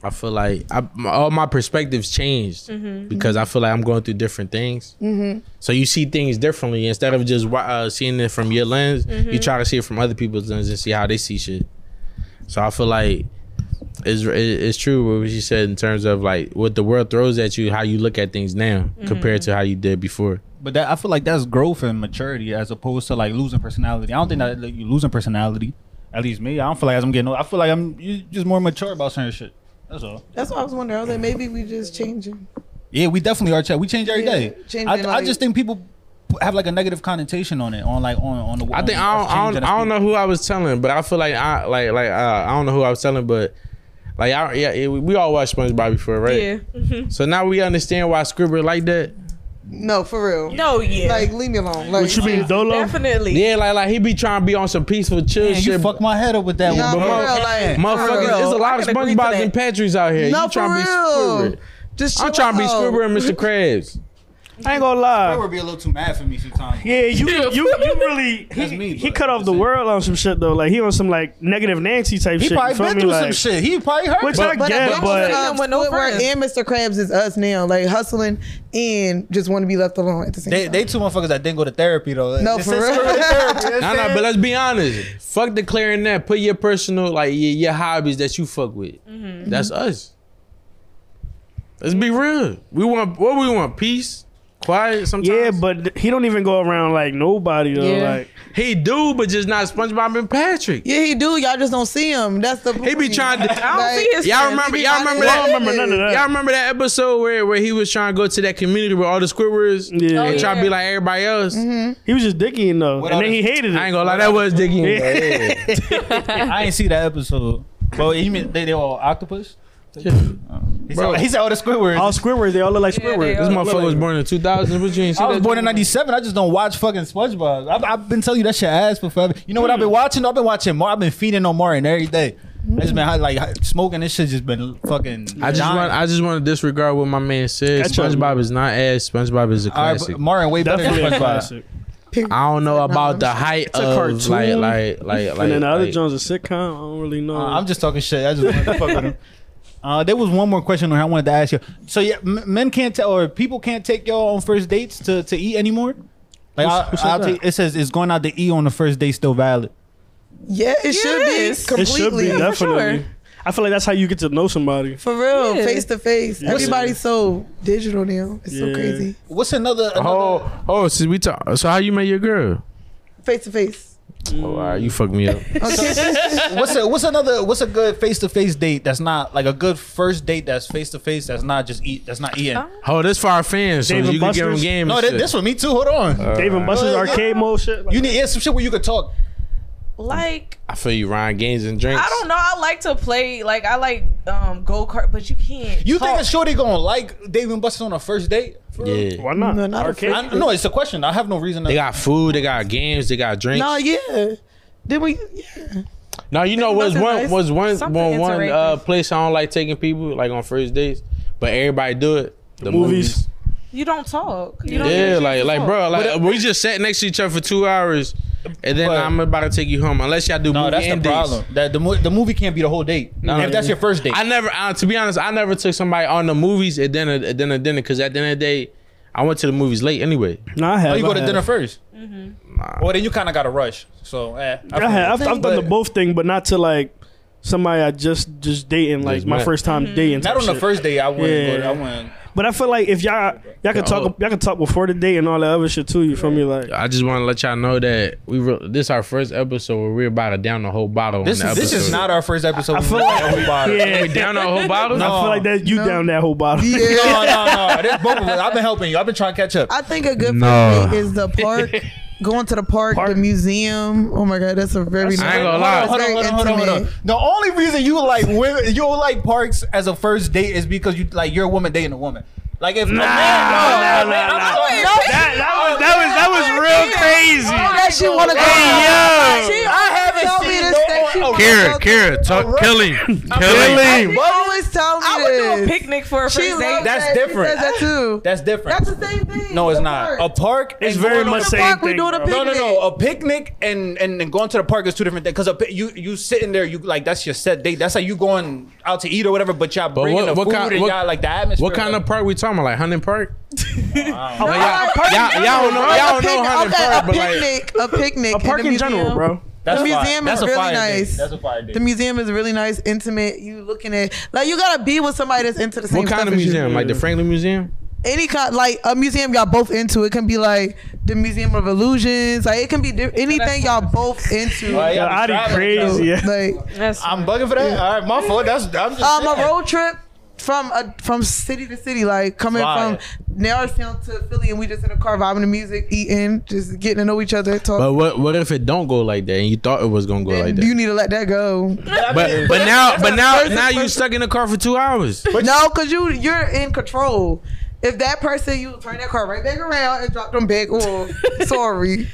I feel like I, my, all my perspectives changed because I feel like I'm going through different things. So you see things differently instead of just wa- uh, seeing it from your lens. You try to see it from other people's lens and see how they see shit. So I feel like it's it- it's true what you said in terms of like what the world throws at you, how you look at things now compared to how you did before.
But that I feel like that's growth and maturity as opposed to like losing personality. I don't think that like, you losing personality. At least me, I don't feel like as I'm getting old. I feel like I'm you just more mature about certain shit. That's all.
that's what I was wondering. I was like, maybe we just changing.
Yeah, we definitely are. Chat. We change every
Yeah,
day.
changing,
I, I
like-
just think people have like a negative connotation on it. On like on on the.
I think I don't, I don't, I don't know who I was telling, but I feel like I like like uh, I don't know who I was telling, but like I, yeah, yeah, we all watched SpongeBob before, right?
Yeah.
So now we understand why Squidward like that.
No, for real.
No, yeah.
Like, leave me alone. Like,
What you mean, Dolo?
Definitely.
Yeah, like like he be trying to be on some peaceful chill
You
shit.
fuck my head up with that
Nah,
one,
for
bro.
mo-
real, like,
Motherfuckers,
for real.
there's a lot
I
of
can agree to
SpongeBob's
that.
and Patrick's out here.
No,
you trying
for
to be Squidward?
real. Just
I'm
chill
trying to be
out.
Squidward and Mr. Krabs.
I ain't gonna
That
lie.
would be a little too mad for me sometimes.
Yeah, you you you really
That's
he,
me,
he
but
cut off the
listen.
world on some shit though. Like he on some like negative Nancy type
He
shit.
probably
you feel
been
me?
through some
like,
shit. He probably hurt.
Which
But-
I get,
I'm
but
just saying,
With no
Squidward
friends.
and Mr. Krabs is us now, like hustling and just want to be left alone at the same
they
time.
they two motherfuckers that didn't go to therapy though.
No,
They
for
said
real.
screw the therapy, you know what
Nah,
I'm
nah,
saying?
but let's be honest. Fuck declaring that. Put your personal, like your, your hobbies that you fuck with.
Mm-hmm.
That's us. Let's be real. We want what we want: peace, quiet. Sometimes,
yeah, but he don't even go around like nobody though.
Yeah.
Like
he do, but just not SpongeBob and Patrick.
yeah, he do. Y'all just don't see him. That's the
He be trying to.
I don't
Like,
see his
Y'all
friends.
remember? Y'all remember
I don't
that?
remember none of that.
Y'all remember that episode where, where he was trying to go to that community where all the Squidwards
Yeah.
and try to
yeah. Mm-hmm.
be like everybody else?
He was just dicking though,
What
and
all
then he
this-
hated it.
I ain't gonna lie, that was digging.
Yeah.
Yeah.
I ain't see that episode. Well, you mean they, they all octopus? He said,
Bro.
he said all the
Oh,
Squidward.
all Squidward, they all look like
Yeah,
Squidward.
they
This motherfucker was born in 2000. What you ain't see
I was
that
born in
joint?
'97. I just don't watch fucking SpongeBob. I've, I've been telling you that shit ass for forever. You know what I've been watching? I've been watching more. I've been feeding on Martin every day. I just been high- like high- smoking. This shit just been fucking.
I just
dying.
want I just want to disregard what my man said.
That's right.
SpongeBob is not ass. SpongeBob is a
All right,
classic.
but Martin way better than
Definitely a
SpongeBob.
classic.
I don't know about the height
a
of
cartoon.
like like like like.
and then the other
like-
Jones a sitcom. I don't really know.
Uh, I'm just talking shit. I just wanted to fuck with him. Uh, there was one more question I wanted to ask you. So yeah, m- men can't tell or people can't take y'all on first dates to, to eat anymore. Like
Who-
I,
who said
I'll
that?
take- it says, is going out to eat on the first date still valid?
Yeah, it
Yes.
should be
it should
completely
be definitely.
sure.
I feel like that's how you get to know somebody.
for real,
Yeah.
face to face.
Yeah.
Everybody's so digital now. It's
Yeah.
so crazy.
What's another? another
Oh oh, so we talk. So how you met your girl?
Face to face.
Oh, all right, you fucked me up.
what's a, what's another? What's a good face to face date that's not like a good first date that's face to face that's not just eat that's not eating.
Oh, this for our fans, so
Dave and
you can give them
Buster's?
game.
no,
and
th-
shit.
this for me too. Hold on.
Uh,
Dave and Buster's
Well, yeah.
arcade mode shit. Like,
you need yeah, some shit where you could talk.
Like
I feel you, Ryan. Games and drinks.
I don't know. I like to play. Like I like um go kart, but you can't.
You
talk.
think a shorty gonna like Dave and Buster's on a first date? For real?
Yeah,
why not?
No, not a
arcade.
I, no, it's a question. I have no reason. To,
they got food. They got games. They got drinks.
No,
No,
yeah. Then we yeah.
you know was
Buster's
one
nice.
was one
Something
one one uh,
interactive.
place I don't like taking people like on first dates, but everybody do it. The
movies.
You don't talk. You don't
Yeah,
get a
like
chance to
like
talk.
bro, like we just sat next to each other for two hours, and then
uh, But-
I'm about to take you home. Unless y'all do
no,
movie
that's the
end dates.
problem. That the mo- the movie can't be the whole date. if that's your first date,
I never, uh, to be honest, I never took somebody on the movies and then a, and then a dinner because at the end of the day, I went to the movies late anyway.
No, I have.
oh, you go
I
to
have.
dinner 1st Well, then you kind of got to rush. So eh, I
I
feel
have.
you.
I've, I've done the
But
both thing, but not to like somebody I just just dating, like
Just
my
met.
first time dating.
Not
type
on the
shit.
first date. I wouldn't. Go
Yeah.
to, I wouldn't.
But I feel like if y'all y'all can
oh.
talk y'all can talk before the date and all that other shit too. You feel me? Like
I just want to let y'all know that we re- this our first episode where we're about to down the whole bottle.
This
on the
is this is
episode.
not our first episode.
I
We
feel
met
like-
everybody.
yeah,
we down the whole bottle.
I feel like that you down that whole bottle.
No, no, no. This both of us. I've been helping you. I've been trying to catch up.
I think a good
No.
first date is the park. Going to the park,
Park.
the museum. Oh my god, that's a very
I ain't gonna
nice-
lie.
it's
Hold on,
very
hold on, hold on, hold on.
intimate.
The only reason you like women, you like parks as a first date is because you like you're a woman dating a woman. Like if
Nah, nah, nah, nah.
sorry.
That, that was that was that was real crazy. Oh
that shit wanna go.
Hey, yo.
She
I haven't
tell me
seen
this
no
thing.
one-
She
oh,
wanna
Kira,
go-
Kira, talk, kill him, kill him.
Really?
She always tell me
I would do a
this.
picnic for a first
She
date.
loves
That's
that.
different.
She says that too.
That's different.
That's the same thing.
no, it's
The
not. A
park.
park.
It's
and
very
going
much
on-
the
same
fuck we
thing,
doing a
bro.
No, no,
picnic.
no. A picnic and and, and going to the park is two different things. Because you you sitting there, you like that's your set date. That's how you going out to eat or whatever. But y'all bringing
what-
the
what
food
kind-
and
what-
y'all like the atmosphere.
What kind of park we talking about? Like hunting park?
No,
Uh,
y'all-
a park in
y'all-
general,
y'all don't know-
bro.
y'all don't
A
know
picnic-
how to
okay,
park, but, like-
A picnic, a picnic,
A park
the
in general,
museum.
bro.
That's
the
fire.
museum
That's
is
a
really
fire date.
nice.
That's a fire date.
The museum is really nice, intimate. You looking at like you gotta be with somebody that's into the same.
What kind
stuff
of
as you.
museum? Like the Franklin Museum?
Any kind, like a museum y'all both into. It can be like the Museum of Illusions. Like it can be di- anything y'all both into.
Oh, yeah,
I'd
I'm
be
driving.
crazy. Yeah.
Like
That's
I'm bugging for that. All right, my fault. That's I'm just
um,
saying.
a road trip from a, from city to city, like coming
Fire.
from Narrowstown to Philly, and we just in a car vibing to music, eating, just getting to know each other,
But
talking.
what what if it don't go like that and you thought it was gonna go like
you
that?
need to let that go.
But but now but now
Person-
now you stuck in the car for two hours.
no, because you you're in control. If that person, you turn that car right back around and drop them back. Oh, sorry.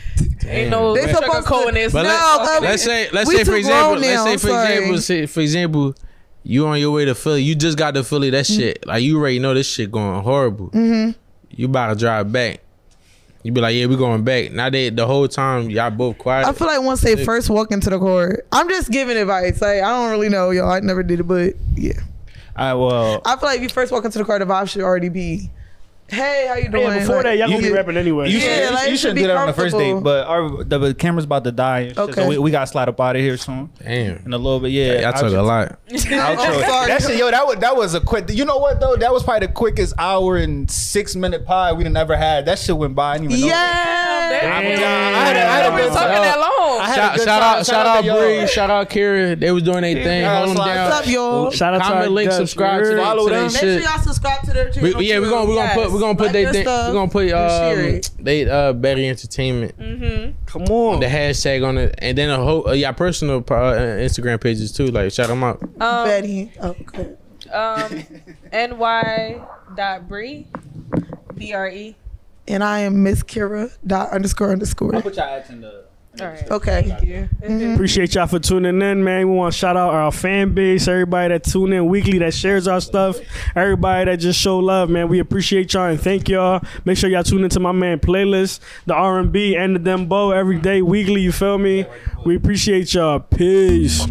ain't no
They
sugar
supposed
coat
to-
in this.
But
let-
No, I mean,
let's say let's
we
say for
too
example
grown
let's
now,
say
I'm
for
sorry.
example say, for example you on your way to Philly you just got to Philly that
Mm-hmm.
shit like you already know this shit going horrible you about to drive back you be like yeah we going back now they the whole time y'all both quiet
I feel like once they first walk into the court, I'm just giving advice. Like I don't really know, y'all. I never did it, but yeah,
I well.
I feel like if you first walk into the car, the vibe should already be, "Hey, how you doing?"
Yeah, before
Like,
that, y'all gonna be
yeah.
rapping anyway.
You,
Yeah,
should,
like,
you,
it should
shouldn't
be
do that on the first date,
comfortable.
but our the, the camera's about to die. and shit,
Okay.
so we, we got to slide up out of here soon
damn
in a little bit. Yeah,
y'all took a lot
I'm sorry.
That shit, yo, that was that was a quick. You know what though? That was probably the quickest hour and six minute pie we done ever had. That shit went by. I didn't even
yeah.
know.
Damn.
I'm done. I had a- I had a good
Talking
time.
that long.
I had a
shout,
good
shout
time.
out shout out
to y'all.
Bree shout out Kira they was doing their thing
Yeah,
hold them
slide.
down
What's up, y'all?
Shout out to
comment
our
uh,
link
guys.
subscribe to, their-
Follow
to their
them.
Make
shit
sure y'all subscribe to their channel.
We, yeah, we're gonna we're gonna put we're gonna put
Like
they
your
thing,
stuff.
we're gonna put
share
um
it.
they uh Betty Entertainment
Mm-hmm.
Come on.
Mm.
the hashtag on it and then a whole uh, yeah personal uh, Instagram pages too like shout them out
Um,
Betty. Oh, good.
um, ny dot bree, b r e.
And I am Miss Kira dot underscore underscore.
Put your ads in the.
All right.
Okay.
Appreciate y'all for tuning in, man. We want to shout out our fan base, everybody that tune in weekly, that shares our stuff, everybody that just show love, man. We appreciate y'all and thank y'all. Make sure y'all tune into my man playlist, the R and B and the Dembo every day, weekly. You feel me? We appreciate y'all. Peace.